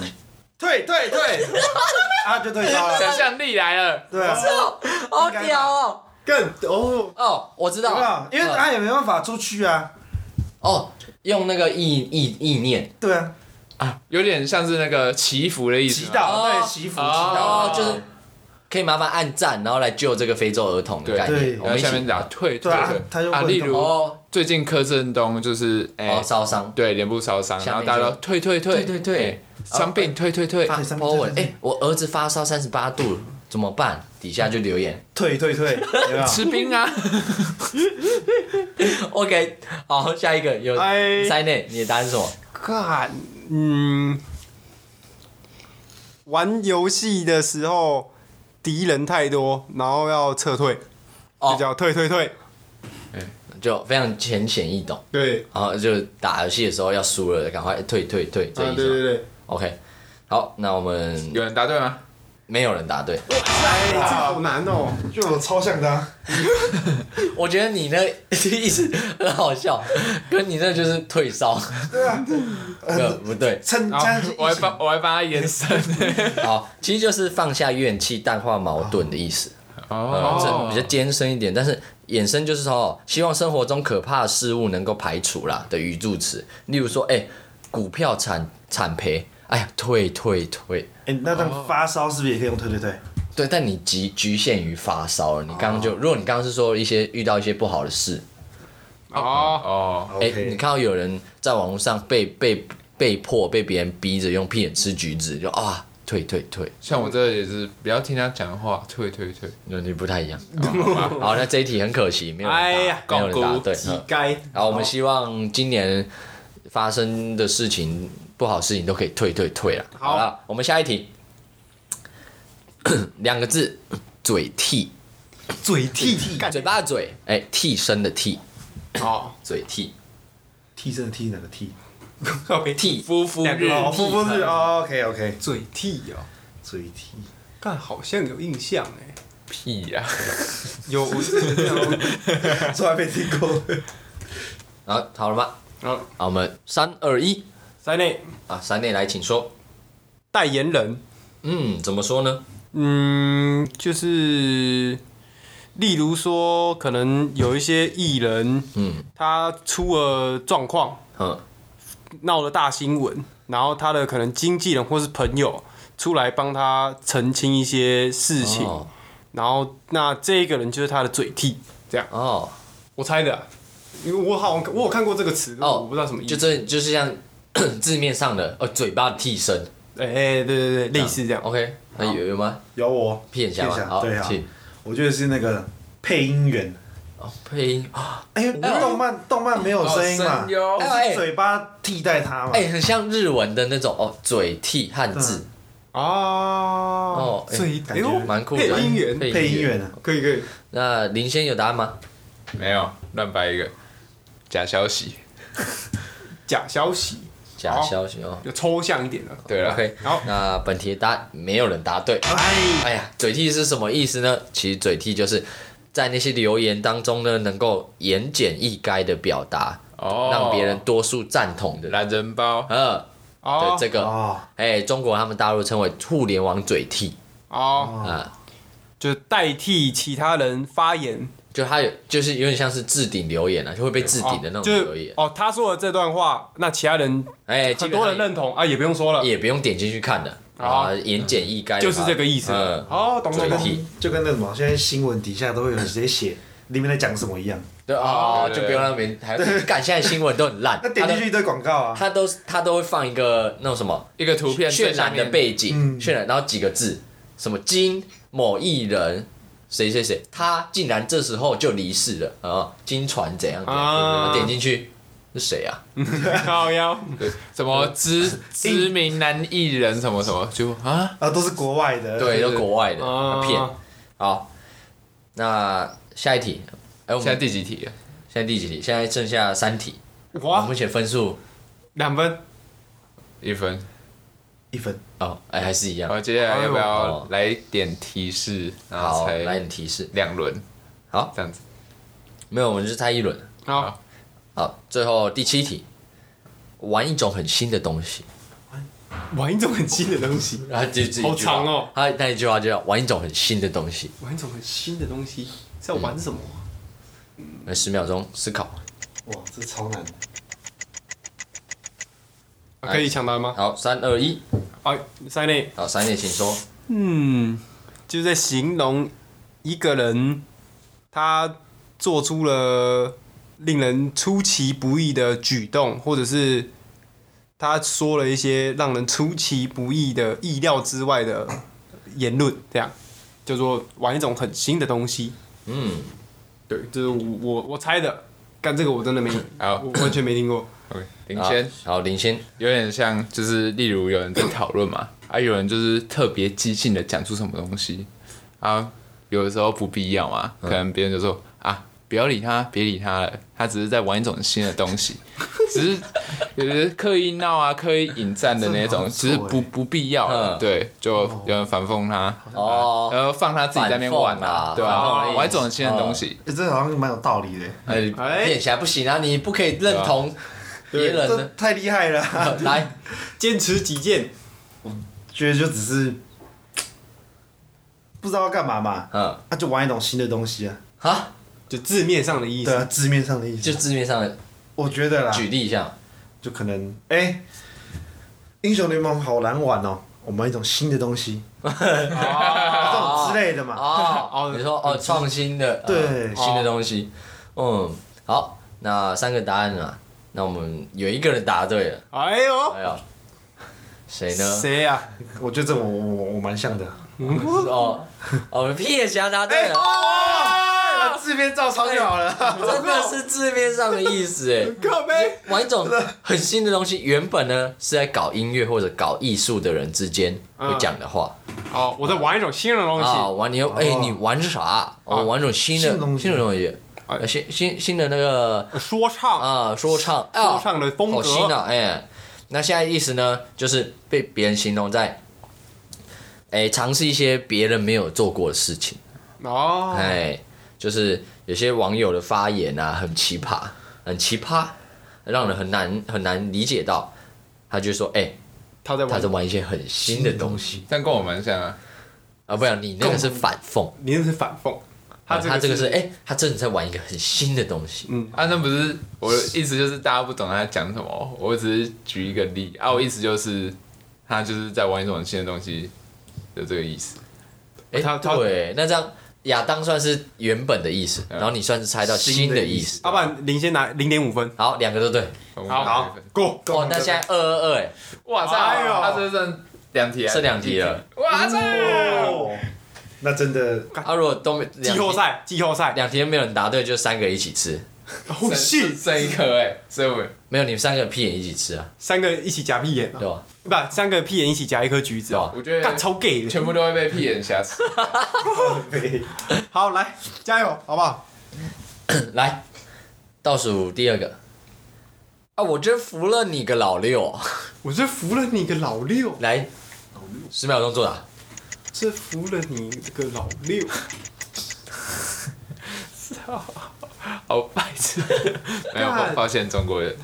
退退 (laughs) 退，啊就退烧了，
想象力来了，
对啊，
好
应该吧
屌哦！
干哦，
哦，我知
有没
道
有，啊因为
嗯
他也没办法出去啊，
哦，用那个意意意念
对啊，
有点像是那个祈福的意思
祈
吗。
祷
哦
对祈福祈
哦
祷，，
就是可以麻烦按赞，然后来救这个非洲儿童的
对
概念。我
对
然后
们一
下面
起
打退退
对啊
退
他就
啊，
问
例
他
如
哦
最近柯震东就是哎
哦，烧伤。
对，脸部烧伤，
下
然
面
后大家都
就
退退退
退退退
哎伤病退退退，
哦呃发
上面
po 文，
真的
哎、
是
我儿子发烧三十八度，怎么办？底下就留言。
退
(laughs)
退退，有没有？
吃冰啊，
(laughs) OK，好，下一个有
哎
塞内，你的答案是什么？
看，嗯，玩游戏的时候敌人太多，然后要撤退，
哦
就叫退退退。
就非常浅显易懂，
对，
然后就打游戏的时候要输了，赶快退退退，这
啊
意
对
思
对
吗。
对，
OK，好，那我
(laughs)
们
有人答对吗？
没有人答对，
哎，这好难哦，
就我超像的啊，
(laughs) 我觉得你 (laughs) 那意思很好笑，跟你那就是退烧，(laughs)
对啊，
不不对，
趁趁疫
我还
情
帮我还帮他延 (laughs) 伸。
好，其实就是放下怨气、淡化矛盾的意思。
哦
呃，这比较艰深一点，但是衍生就是说，哦希望生活中可怕的事物能够排除啦的语助词，例如说，哎、股票惨惨赔，哎呀，退退退，
哎，那这
哦
样发烧是不是也可以用退退退？
对，但你局局限于发烧了，你刚刚就，如果你刚刚是说一些遇到一些不好的事，
哦，
哦，
哎、
OK
你看到有人在网络上被被被迫被别人逼着用屁眼吃橘子，就啊，退退退，
像我这也是不要听他讲话，退退退。
那你不太一样。哦好，那这一题很可惜，没有
哎
人
呀
答，没有人答
狗
对。
乞丐，
然后我们希望今年发生的事情、不好事情都可以退退退了。好了，我们下一题， (coughs) 两个字，嘴替，
嘴替替
嘴巴的嘴，哎，替身的替，
好，
嘴替，
替身的替哪个替？
替
夫夫
两个
日
哦，夫妇日哦，OK OK，
嘴替哦，
嘴替，
看好像有印象哎，
屁呀，
有，哦我是有
从来没听过。 (laughs)
然后好了吗？
好，
好，我们三二一
在内
啊，三内来，请说。
代言人，
嗯，怎么说呢？
嗯，就是例如说，可能有一些艺人，嗯，他出了状况，
嗯，
闹了大新闻，然后他的可能经纪人或是朋友出来帮他澄清一些事情，
哦
然后那这一个人就是他的嘴替，
哦
我猜的啊、
因为我好像我有看过这个词，但
哦，
我不知道什么意
就
思。
这就是像 (coughs) 字面上的呃嘴巴替身，
哎、哎对对对，类似这样。哦
OK，那有有吗？
有我
屁眼侠
屁眼
吗？
侠
好
对，啊
请
我觉得是那个配音员。
哦配音，
哎、动漫动漫没有声音嘛
哦声，优
但是嘴巴替代它嘛。
哎，很像日文的那种哦嘴替汉
嗯
字
哦
哦，哎
最
感觉
哎呦
蛮酷的
配音员
配音员啊，
可以可以，
那林先有答案吗？
没有乱掰一个假消息。
假消息，
假消息哦。
就抽象一点了。
对了，
OK，
好啊
那本题的答案没有人答对。
哎，
哎呀，嘴替是什么意思呢？其实嘴替就是在那些留言当中呢，能够言简意赅的表达，
哦
让别人多数赞同的，
懒人包
呃，
哦
的这个，
哦，
哎，中国他们大陆称为互联网嘴替
哦，
啊。
就代替其他人发言，
就他有，就是有点像是置顶留言啊，就会被置顶的那种
哦就是
留言。
哦，他说的这段话，那其他人
哎、基
很
本
多
上
人认同啊，也不用说了，
也不用点进去看的
哦
啊，言简意赅的话，
就是这个意思。
嗯，
哦，懂懂
嘴
懂。
替，
就跟那什么，现在新闻底下都会有人直接写里面在讲什么一样，
对哦，
对
就
对
不用让别人还干。现在新闻都很烂，
(laughs) 那点进去一堆广告啊，
他都他都他都会放一个那种什么
一个图片
渲染的背景，
嗯
渲染然后几个字，什么金某艺人。谁谁谁，他竟然这时候就离世了啊！金传怎样怎样，
啊
然后点进去是谁啊？
好呀，
对什么知知名男艺人什么什么，就啊，
啊，都是国外的，
对，
对
都国外的
啊
片。好，那下一题，哎，我
现在
们
第几题了？
现在第几题？现在剩下三题，我
哇
目，前分数
两分，
一分。
一分，
哦，哎，还是一样。
好，接下来要不要
哦
来点提示？然后
好，来
猜
点提示。
两轮。
好
这样子。
没有，我们就猜一轮。
好，
好，最后第七题，玩一种很新的东西。
玩一种很新的东西，
然后就这一句话
好长哦。
他那一句话就叫玩一种很新的东西。
玩一种很新的东西，在玩什么啊？
那十秒钟思考。
哇，这超难，
啊可以抢答吗？
好，三二一，
啊，塞内，
好，三点请说。
嗯，就在形容一个人，他做出了令人出其不意的举动，或者是他说了一些让人出其不意的、意料之外的言论，这样叫做玩一种很新的东西。
嗯，
对，这是我我我猜的，干这个我真的没，
好
我完全没听过。
OK，领先。
好，领先。
有点像，就是例如有人在讨论嘛，啊，有人就是特别激进的讲出什么东西，啊，有的时候不必要嘛，可能别人就说啊，不要理他，别理他了，他只是在玩一种新的东西， (laughs) 只是有的刻意闹啊，刻意引战的那种，
这
只是
很好
不不必要了，
嗯
对，就有人反讽他，
哦
然后放他自己在那边玩
反讽啊
啊，对
反讽
啊
而，已
玩一种新的东西，
哎这好像蛮有道理的，
哎，
哎
练起来不行啊，你不可以认同别人
这
的。
太厉害了 (laughs) 啊，
来，
坚持己见，
觉得就只是不知道要干嘛嘛，
嗯，
那啊就玩一种新的东西啊，
好，
就字面上的意
对
思。
啊，字面上的意
就
思，
字面上的
我觉得啦，
举例一下，
就可能，哎，英雄联盟好难玩哦，我们玩一种新的东西，这种之类的嘛，
哦，你说哦，创新的，呃
啊对
新的东西，嗯，好，那三个答案啊，那我们有一个人答对了，
哎呦，
哎呀，谁呢？
谁呀？
我觉得这我我我我蛮像的，
哦，哦，我们屁眼侠答
哎
对了，
啊，字面照抄就好了。
真的是字面上的意思
(laughs)
哎。
靠背，
玩一种很新的东西，原本呢是在搞音乐或者搞艺术的人之间
嗯
会讲的话
哦，我在玩一种新的东西。
啊，玩你又哎，你玩啥？哦，玩一种新的
哦啊新的东西
新的
哎
东西，呃新新新的那个
说唱，
啊，说唱啊，
说唱的风
好新
格，
啊，哎、那现在意思呢，就是被别人形容在，哎、尝试一些别人没有做过的事情，
哦，
哎、就是有些网友的发言啊，很奇葩，很奇葩，让人很难很难理解到。他就说，哎、
他在
他
玩
在，玩一些很新的东西
但跟我蛮像啊，
啊，不然你那个是反讽
你那是反讽，
他
他这个
是
是哎、他真的在玩一个很新的东西。
啊，那不是我的意思，就是大家不懂他在讲什么，我只是举一个例啊，我意思就是他就是在玩一种新的东西的这个意思，
哎、
他他
对，那这样亚当算是原本的意思，然后你算是猜到嗯新的意思。
阿
不然林先拿零点五分
好，两个都对。
好
好
，Go！
哦，那现在二二二，哎，
哇操，
哎呦
他这剩两题啊，
剩两题了。
哇操，
哦，那真的
啊，如果都没
季后，赛，季后赛，
两题两题都没有人答对，就三个一起吃。
哦，
(laughs)
剩
是
剩一颗哎，所以我
没有，你们三个屁眼一起吃啊，
三个一起夹屁眼啊，
对吧？
不，三个屁眼一起夹一颗橘子
对
啊，
吧？
我觉
干
得
超 gay 的。
全部都会被屁眼瑕
(laughs)
疵。
好，来加油，好不好？
来，倒数第二个。啊，我真服了你个老六啊！
我真服了你个老六，
来，十秒钟作答。
真服了你个老六。
好白痴， (laughs) 没有
干
发现中国人，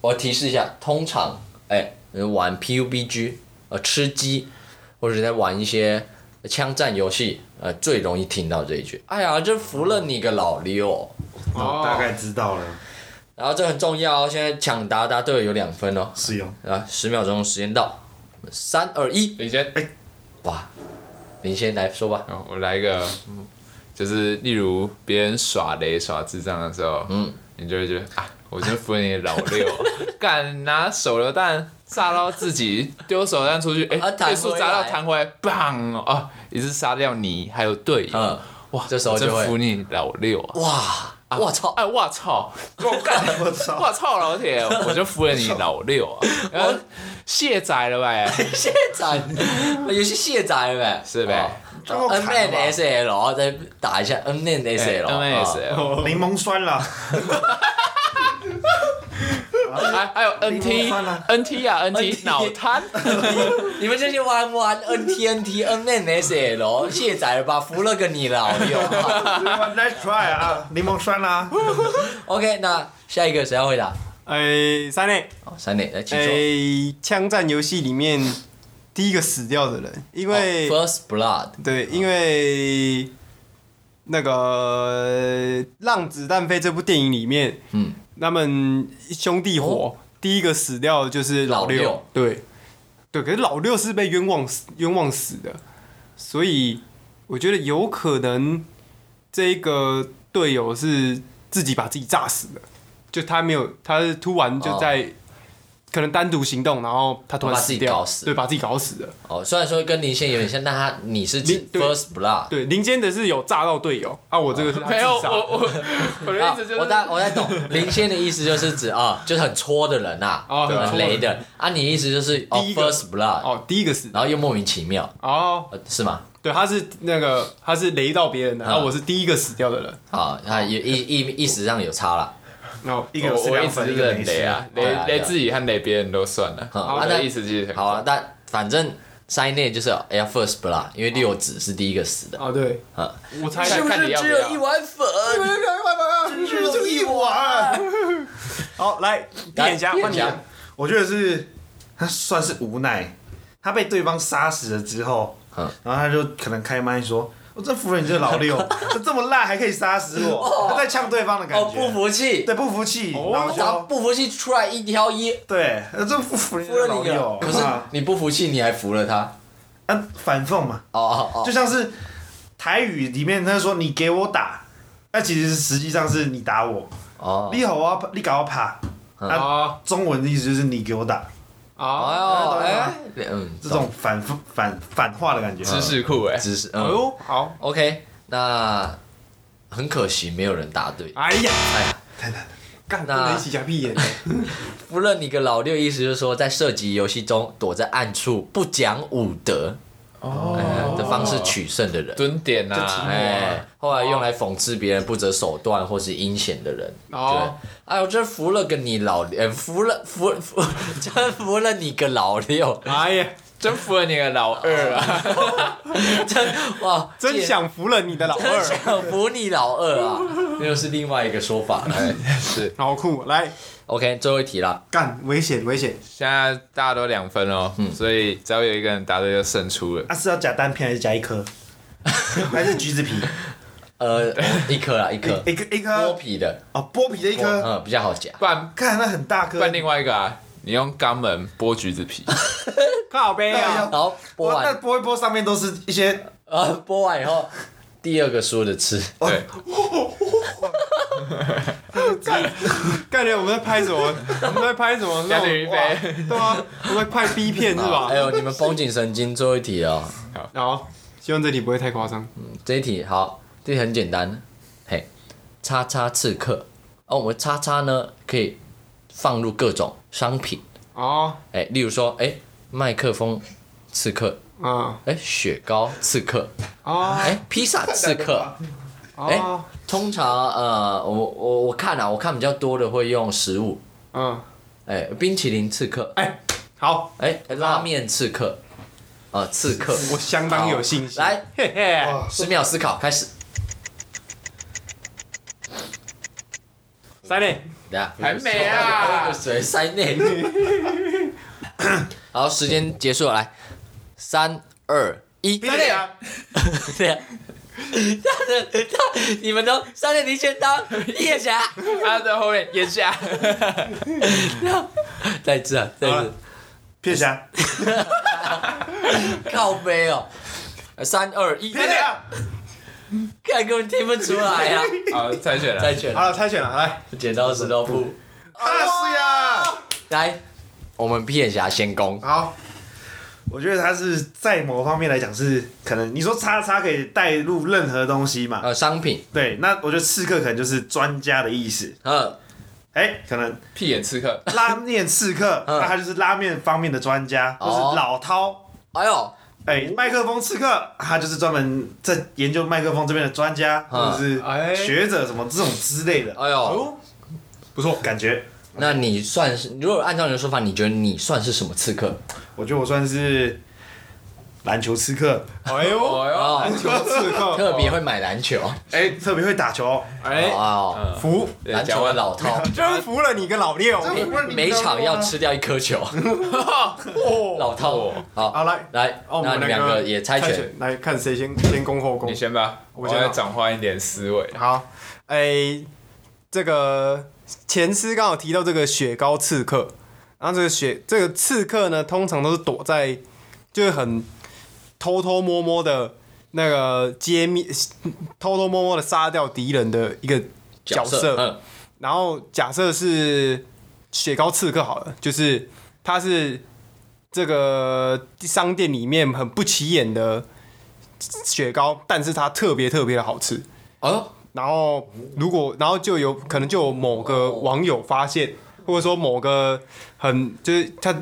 我提示一下，通常哎、玩 PUBG 呃吃鸡，或者在玩一些枪战游戏，呃最容易听到这一句。哎呀，真服了你个老六！
我哦大概知道了，
然后这很重要哦，现在抢答答对了有两分哦。
是用
啊，十秒钟时间到，三二一，
你先，
哇！您先来说吧。
哦我来一个，就是例如别人耍雷耍智障的时候，嗯，你就会觉得啊，我真服了你的老六， (laughs) 敢拿手榴弹炸到自己，丢手榴弹出去，哎、
啊弹
被树
回
炸到
来
弹回来，砰哦啊，一次杀掉你，还有队友，
嗯，
哇，
这时候
我真
就会
服你老六啊。
哇，我操！
哎，我操！我
(laughs)
干！我操！我操！老铁，我就服了你老六啊！然后卸载了呗，
卸载，游戏卸载了呗？
嗯是呗
这么
哦。N
砍
N
吧
S L 再打一下 N N S L
哎 N S L，
(laughs) 柠檬酸了，
还哎还有 NT
柠檬酸啊
NT 啊
(laughs) NT
NT 脑瘫，
你们这些玩玩 N T N T N N S L 卸载了吧，服了个你老六。
(laughs)
，Let's try 啊， (laughs) 柠檬酸啦，
OK，那下一个谁要回答？
哎，三内，
哦，三点来，请说。
哎，枪战游戏里面第一个死掉的人，因
哦
为
First Blood，
对，因为那个《让子弹飞》这部电影里面，
嗯，
他们兄弟伙、
哦
第一个死掉的就是老
老
六，
六
对，对，可是老六是被冤枉死，冤枉死的，所以我觉得有可能这个队友是自己把自己炸死的，就他没有，他是突然就在。可能单独行动，然后他突
哦
然
把自
死
己
掉，
搞死
对，把自己搞死的。
哦，虽然说跟林先有点像，但他你是指
林对
First Blood。
对，林间的是有炸到队友啊，我这个是他
哦没有
自杀
我 (laughs) 我我的
啊
意思就
我
是
大我在懂，林先的意思就是指啊，就是很戳的人呐、
哦很
很
戳
雷的啊。你的意思就是哦
第一个
，First Blood，、
哦，第一个死
然后又莫名其妙，
哦，
呃是吗？
对，他是那个他是雷到别人的，
啊
嗯
然后我是第一个死掉的人，哦
啊，他有意意意识上有差啦。
然后
一个
我
是
我
两
一直
分，
就
一个
是
没
很雷
事
啊，
对啊
雷
对啊
雷自己和雷别人都算了，
好啊
我
那
的意思就是很
好啊，但反正塞内就是哎呀 First Blood，因为六子是第一个死的。
啊对
啊，
我猜
是不是只有一
碗粉？
就是这一碗，
好来，闭眼侠
来
换你
闭眼侠
了，
我觉得是他算是无奈，他被对方杀死了之后，
嗯
然后他就可能开麦说。我真服了你这老六，这么烂还可以杀死我，他在呛对方的感
哦，
觉，
不服气，
对不服气，然后
咱
就
不服气出来一挑一，
对，呃这不服了你
服了
这老
你个
六，，
可是
啊
你不服气，你还服了他。
啊反讽嘛，
哦哦哦，
就像是台语里面他说你给我打，那其实实际上是你打我，
哦，
你好啊，你搞我怕，
啊
中文的意思就是你给我打，
啊，
哦，
哎
哎，嗯，
这种反反反话的感觉，
知识库哎，
只是
哎
嗯
呦好，
，OK，那很可惜没有人答对。
哎呀
哎呀，
干不
那
能一起夹屁眼，
服了你个老六，意思就是说在射击游戏中躲在暗处不讲武德
哦
哎
哦
的方式取胜的人。
蹲点啊呐，
哎，后来用来讽刺别人不择手段或是阴险的人。
哦
对，哎，我真服了个你老，呃，服了服服， (laughs) 真服了你个老六， (laughs)
哎呀，
真服了你个老二啊！
真哇，
真
见
想服了你的老
真
二，
想服你老二啊，那又是另外一个说法了。
哎，是，
好酷，来
OK，最后一题啦，
干危险危险，
现在大家都两分哦，所以只要有一个人答对就胜出了。
(laughs)
(laughs)
啊是要夹单片还是夹一颗，还是橘子皮？
呃，一颗啦，一颗，
一个一
剥
颗
皮的，
哦，剥皮的一颗，
嗯，比较好夹。
不然
看那很大
不
颗，
然另外一个啊，你用肛门剥橘子皮，
靠背
哎
啊
呀，
然后剥
哇那
完，
剥一剥上面都是一些
呃，剥完以后，第二个输的吃，
对，
感觉我们在拍什
(laughs)
么？我们在拍什么？
加点鱼肥，
对啊，我们在拍 B 片是吧
(laughs) 哎？呦，你们绷紧神经，最后一题了哦。
然后希望这题不会太夸张。
这一题好，这题很简单，嘿，叉叉刺客哦，我们叉叉呢可以放入各种商品，
哦，
哎，例如说，哎，麦克风刺客，
嗯，
哎，雪糕刺客，
哦， (laughs)
哎，披萨刺客，哎
哦，
通常呃，我我我看啊，我看比较多的会用食物，
嗯，
哎，冰淇淋刺客，
哎，好，
哎，拉面刺客，啊，刺客，
我相当有信心。
来
嘿嘿，
十秒思考开始，
三类，
等一下
还
(laughs)
没啊
喝个水塞内。好，时间结束了，来，三二一，
冰淇淋啊，
(laughs) 对啊。他的他，你们都三点零先当夜侠，
他啊在后面眼下， (laughs)
再一次啊，再一次，
(laughs)
片虾，
靠背哦，三二一，
片虾，
看根本听不出来啊呀、
好，猜拳
猜
了，
拳，
好了，猜选了，来，
剪刀石头布，
啊是呀，
来，我们屁眼侠先攻，
好。我觉得它是在某方面来讲是可能，你说叉叉可以带入任何东西
啊
嘛？
呃，商品，
对，那我觉得刺客可能就是专家的意思。
呃，
哎、可能
屁眼刺客，
拉面刺客，
嗯
那他就是拉面方面的专家，或
哦
是老饕。
哎呦，
哎、麦克风刺客，他就是专门在研究麦克风这边的专家，
嗯
或者是学者什么这种之类的，
哎呦，
哦，不错，
感觉。
那你算是，如果按照你的说法，你觉得你算是什么刺客？
我觉得我算是篮球刺客，
哎呦，
哦哟，
哦，
球刺
(laughs)
客，
特别会买篮球，
哎、特别会打球。
哎，
哦，
服，
呃嗯对
篮
讲
球的
完了，
老
(laughs)
饕，
征服了你个老六，
征服了你
每
知道
场要
吗
吃掉一
(laughs)
颗球，
哦，
老饕，好
好，来，
来，
哦，我
那
们
你们两个也猜拳，
拳，来看谁先先攻后攻
你。先吧，
我
我
先吧
要转换一点思维，
好，哎、这个前司刚好提到这个雪糕刺客，然后这个雪这个刺客呢，通常都是躲在就是很偷偷摸摸的那个揭秘，偷偷摸摸的杀掉敌人的一个角色。
嗯，
然后假设是雪糕刺客好了，就是他是这个商店里面很不起眼的雪糕，但是它特别特别的好吃。
哦，
然后如果然后就有可能就有某个网友发现，或者说某个很就是他，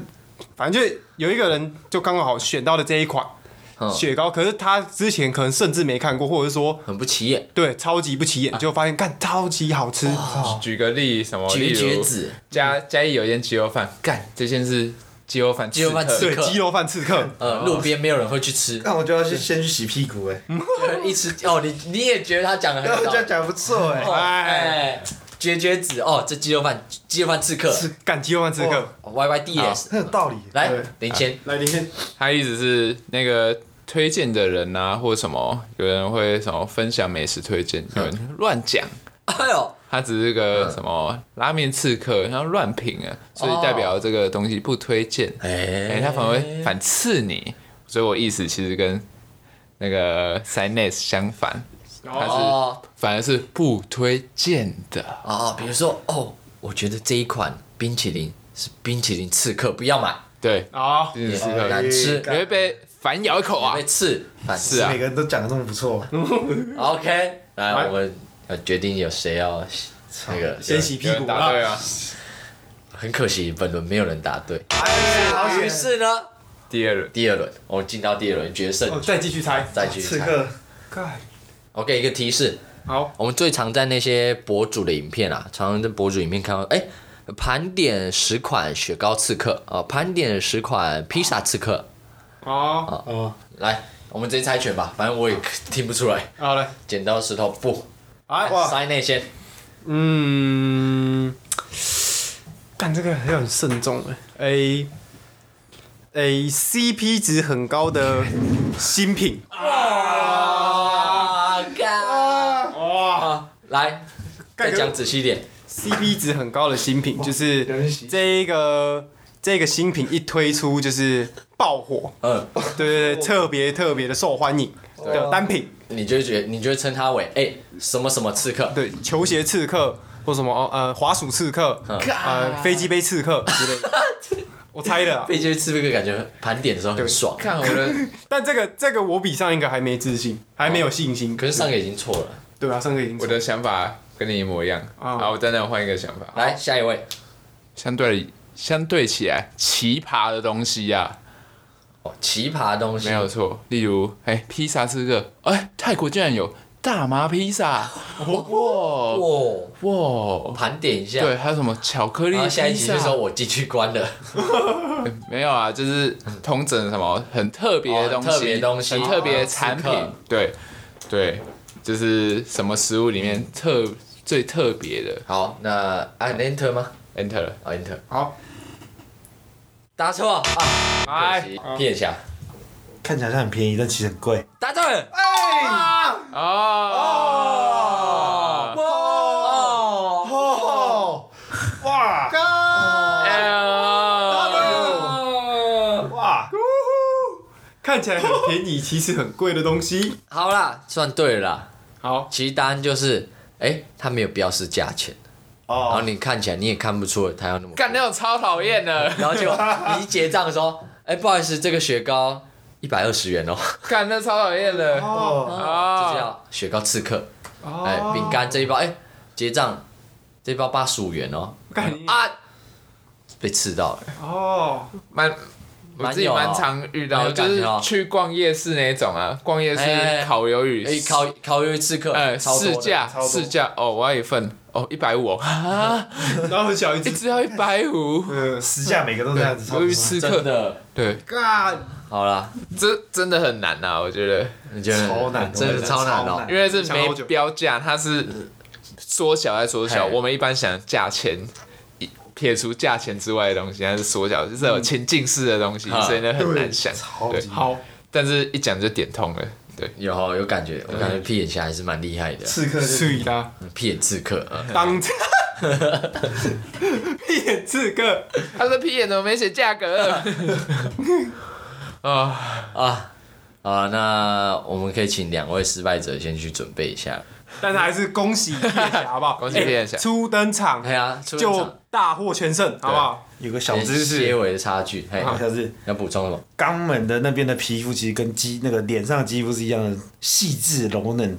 反正就有一个人就刚好选到了这一款
嗯
雪糕，可是他之前可能甚至没看过，或者是说
很不起眼，
对超级不起眼，就发现干超级好吃，
举个例，什么，
橘
例
橘
如
子，
家家里有一间鸡肉饭，干这件事鸡肉饭，
鸡肉饭刺
对
客
鸡肉饭刺客，
哦
呃，路边没有人会去
(laughs)
吃，
那我就要去先去洗屁股哎、
嗯
欸，
一吃哦，你你也觉得他讲的
那
很
我 (laughs)
好
这，样讲不错哎、
哦哎，绝绝子哦，这鸡肉饭鸡肉饭刺客哦
干鸡肉饭刺
哇
客，
，Y Y D S，
很有道理。
来
对
林谦，
来林先，
他意思是那个推荐的人啊，或什么，有人会什么分享美食推荐，有人乱讲，
哎呦，
他只是
嗯
个什么拉面刺客，然后乱评啊，所以代表这个东西不推荐，哎、
哎
他反而会反刺你，所以我意思其实跟那个 s i n e s 相反，他是
哦
反而是不推荐的，
哦，比如说哦，我觉得这一款冰淇淋是冰淇淋刺客，不要买，
对，
好，
嗯
就是刺
也难
客，
吃
你，会被反咬一口啊
会，刺，反
是
刺。
啊
每，个人都讲的这么不错，
OK，来我们要决定有谁要那个，
先洗屁
有人
股
答对
啊，
啊，
很可惜本轮没有人答对，
好
于是呢，
第二轮，
第二轮我们进到第二轮决胜
哦，，再继续猜，
再去
刺
猜。
客
干，
我给一个提示，
好，
我们最常在那些博主的影片啊，常常在博主影片看到，哎、盘点十款雪糕刺客啊、呃盘点十款披萨刺客。
好，
哦，
来，我们直接猜拳吧，反正我也听不出来。
好了，
剪刀石头布，
哎
来，塞内先。
嗯，干这个要很慎重哎。A A C P 值很
(laughs)
高的新品，
啊，干！来，再讲仔细一点。
CP 值很高的新品，就是
有人洗
这一个这个新品一推出就是爆火，
哦
嗯，
(laughs) 对对对，特别特别的受欢迎的单品，
你就会觉得，你就会称它为哎、什么什么刺客，
对，球鞋刺客或什么哦呃滑鼠刺客，
嗯
呃飞机杯刺客之类的，
(laughs)
我猜的啊。
被这些刺客感觉盘点的时候很爽。
看我的，
但这个这个我比上一个还没自信，还没有信心。
可是上个已经错了，
对啊，上个已经
(laughs) 我的想法跟你一模一样。
哦
好，我再来换一个想法。
来下一位，
嗯相对相对起来，奇葩的东西呀、
哦，奇葩东西
没有错。例如，哎、披萨刺客，哎、泰国竟然有大麻披萨， (laughs) 哇
哇，
哇！
哦盘点一下。
对，还有什么巧克力
然后下一
披
集
萨
就？说我进去关了，
没有啊，就是同整什么很特别的东西，
哦很特别的东西
很特别的产品，
哦
对对，就是什么食物里面特最特别的
好，那按 Enter 吗？
，enter 了。
啊 Enter，
好，
答错啊，可
哎
惜，骗一下，
看起来像很便宜，但其实很贵。
答对了。
哦，
哦，
哦，哇哇，
看起来很便宜，其实很贵的东西。
好啦，算对了啦。
好，
其实答案就是，哎，它没有标示价钱，然后
哦，
你看起来你也看不出它要那么贵。
干那种超讨厌
(laughs)
的，
然后就你一结账的时候，哎，不好意思，这个雪糕一百二十元哦，
干那超讨厌的
哦，
这
啊！
叫雪糕刺客。
哦
哎，饼干这一包，哎，结账这一包八十五元哦，
干你
啊，被刺到了。
哦，
蛮我自己蛮常遇到的，
啊蛮有感
就是
觉哦
去逛夜市那一种啊，逛夜市
哎
烤鱿鱼，
哎，烤烤鱿鱼刺客，
呃
超多的
市价
超多
市价哦，我要一份哦，一百
(laughs)
五啊，
然后很小一
哎
一
只，
只要一百五，
嗯，
时价每个都这样子，
鱿鱼刺
真
客，
的。
对，
干，
好啦，
这真的很难呐，我觉得，
你觉得
超难
真的超难
超
哦
难。
因为是
想
没
好久
标价，它是缩小再缩小，
嘿
我们一般想价钱。撇除价钱之外的东西，它是缩小，就是有情境式的东西，
嗯
所以呢很难
对
想。
超
对
级，
好，
但是一讲就点通了，对，
有哦有感觉，我感觉屁眼侠还是蛮厉害的，
刺客就是
碎啦，
屁眼刺客。呃
当屁眼刺客，
他的屁眼怎么没写价格？啊，
啊啊，那我们可以请两位失败者先去准备一下。
但是还是恭喜屁眼侠，好不好？
恭喜屁眼侠
哎初登场
哎呀，出
就
场
大获全胜，好不好？
有个小
结
知识，
尾的差距，嘿，
小知识，
要补充什么？
肛门的那边的皮肤其实跟肌那个脸上的肌肤是一样的，细致柔嫩。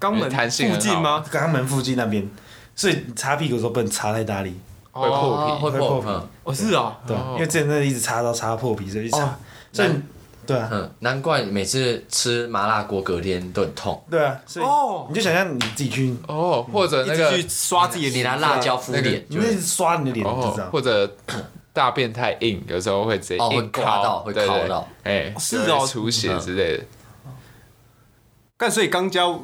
肛
哎
门
弹性很
附
好
近吗？
肛门附近那边，所以你擦屁股的时候不能擦太大力，
(laughs) 会破
哦
皮，
会破
会破
皮。
皮
嗯
哦，是哦，
对，因为之前那一直擦到擦破皮，所以一直
哦
擦，所以
那
对啊，
嗯，难怪每次吃麻辣锅隔天都很痛。
对啊，所以
哦
你就想象你自己去，
哦，或者那
一直
个
去刷自己的
你
脸
拿辣椒敷脸，
你
就
就
会
一直刷你的脸，你就知
哦
道，
或者大便太硬，有时候会直接
哦会
硬
刮到会
对
烤到，
对哎，
是
就会
哦
出血
嗯
之类的。
干，所以肛交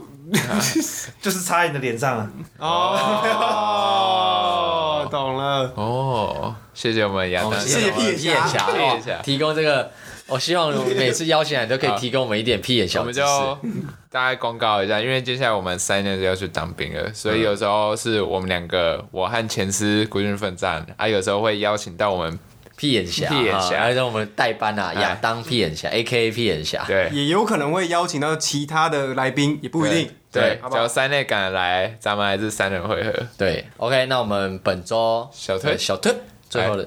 就是擦你的脸上啊。
啊
(laughs)
嗯
哦，懂了。
哦，谢谢我们亚
哦
当，
谢谢屁眼
屁眼
侠
侠，
屁眼
哦
侠
提供这个。我希
(laughs)
望每次邀请来都可以提供我们一点屁眼小
我们
知
就
识。
大概公告一下，因为接下来我们三年就要去当兵了，所以有时候是我们两个，我和前司孤军奋战，啊，有时候会邀请到我们，
屁眼侠，
屁眼
啊
侠
然后让我们代班啊，
哎
亚当屁眼侠，A K A 屁眼侠。
对，
也有可能会邀请到其他的来宾，也不一定。
对，
好不
只要
好？
三类敢的来，咱们还是三人回合。
对，OK，那我们本周
小哎推
呃小推最后的，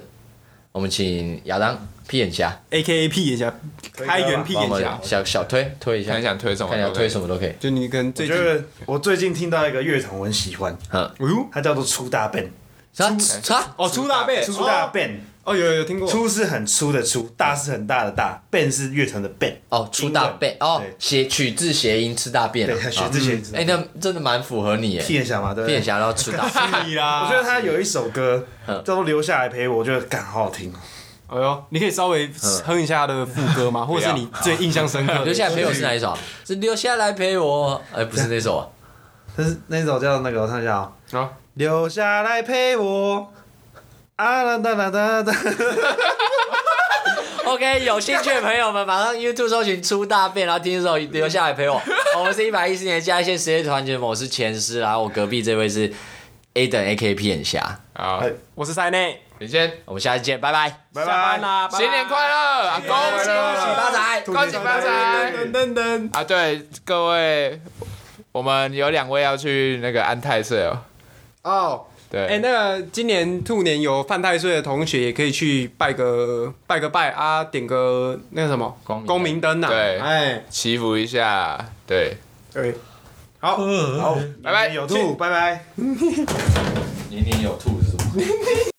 我们请亚当屁眼侠
A K A 屁眼侠，
可以
开源屁
帮我
眼
们
侠，
小小推推一下，
看你想推什么都可以？
看你要推什么都可以。
就你跟
我
最
觉
近，哎
得我最近听到一个乐团，我很喜欢，
嗯，
呦，
它叫做粗大便，
啥啥？
哦，粗大便，
粗大便，
哦，哦，有有有听过，
粗是很粗的粗，大是很大的大，便是乐团的便。
哦，出大便
英文
哦
对，
谐曲字谐音吃大便啊
对，它学。这
啊
些，
哎，那真的蛮符合你耶，
屁眼侠嘛，对
(laughs)
不
屁眼
对？
侠然后吃大
(laughs)
便。
屁
我
啦。
觉得他有一首歌
嗯
叫做《留下来陪我》，我觉得感好好听哦。
哎呦，你可以稍微
嗯
哼一下他的副歌
(laughs)
吗？或者是你最印象深刻的？
留下来陪我是哪一首啊？是留下来陪我，哎，不是那 (laughs) 首啊。
但是那首叫那个，我看一下啊，
好
留下来陪我。啊啦哒啦哒
哦，
哒，
OK，有兴趣的朋友们，马上 YouTube 搜寻出大便，然后听的时候留下来陪 (laughs) 我。哦我们是一百一十年加一些实业团结盟，我是前师，然后我隔壁这位是 A 等 AKP 眼霞。
好，
我是塞内，
你先，
我们下次见，拜拜。
拜
下班
拜。
啦，拜拜
新年快乐，阿公，
新年快乐
恭喜发财
恭喜发财
噔噔噔，
啊！对，各位，我们有两位要去那个安泰社哦，
哦。
对，
哎、那个今年兔年有犯太岁的同学，也可以去拜个拜个拜啊，点个那个什么
光明灯
光明灯呐、啊。
对
哎，
祈福一下，对，
对，
好，好，
拜拜
有兔，拜拜。
年年有兔是什么？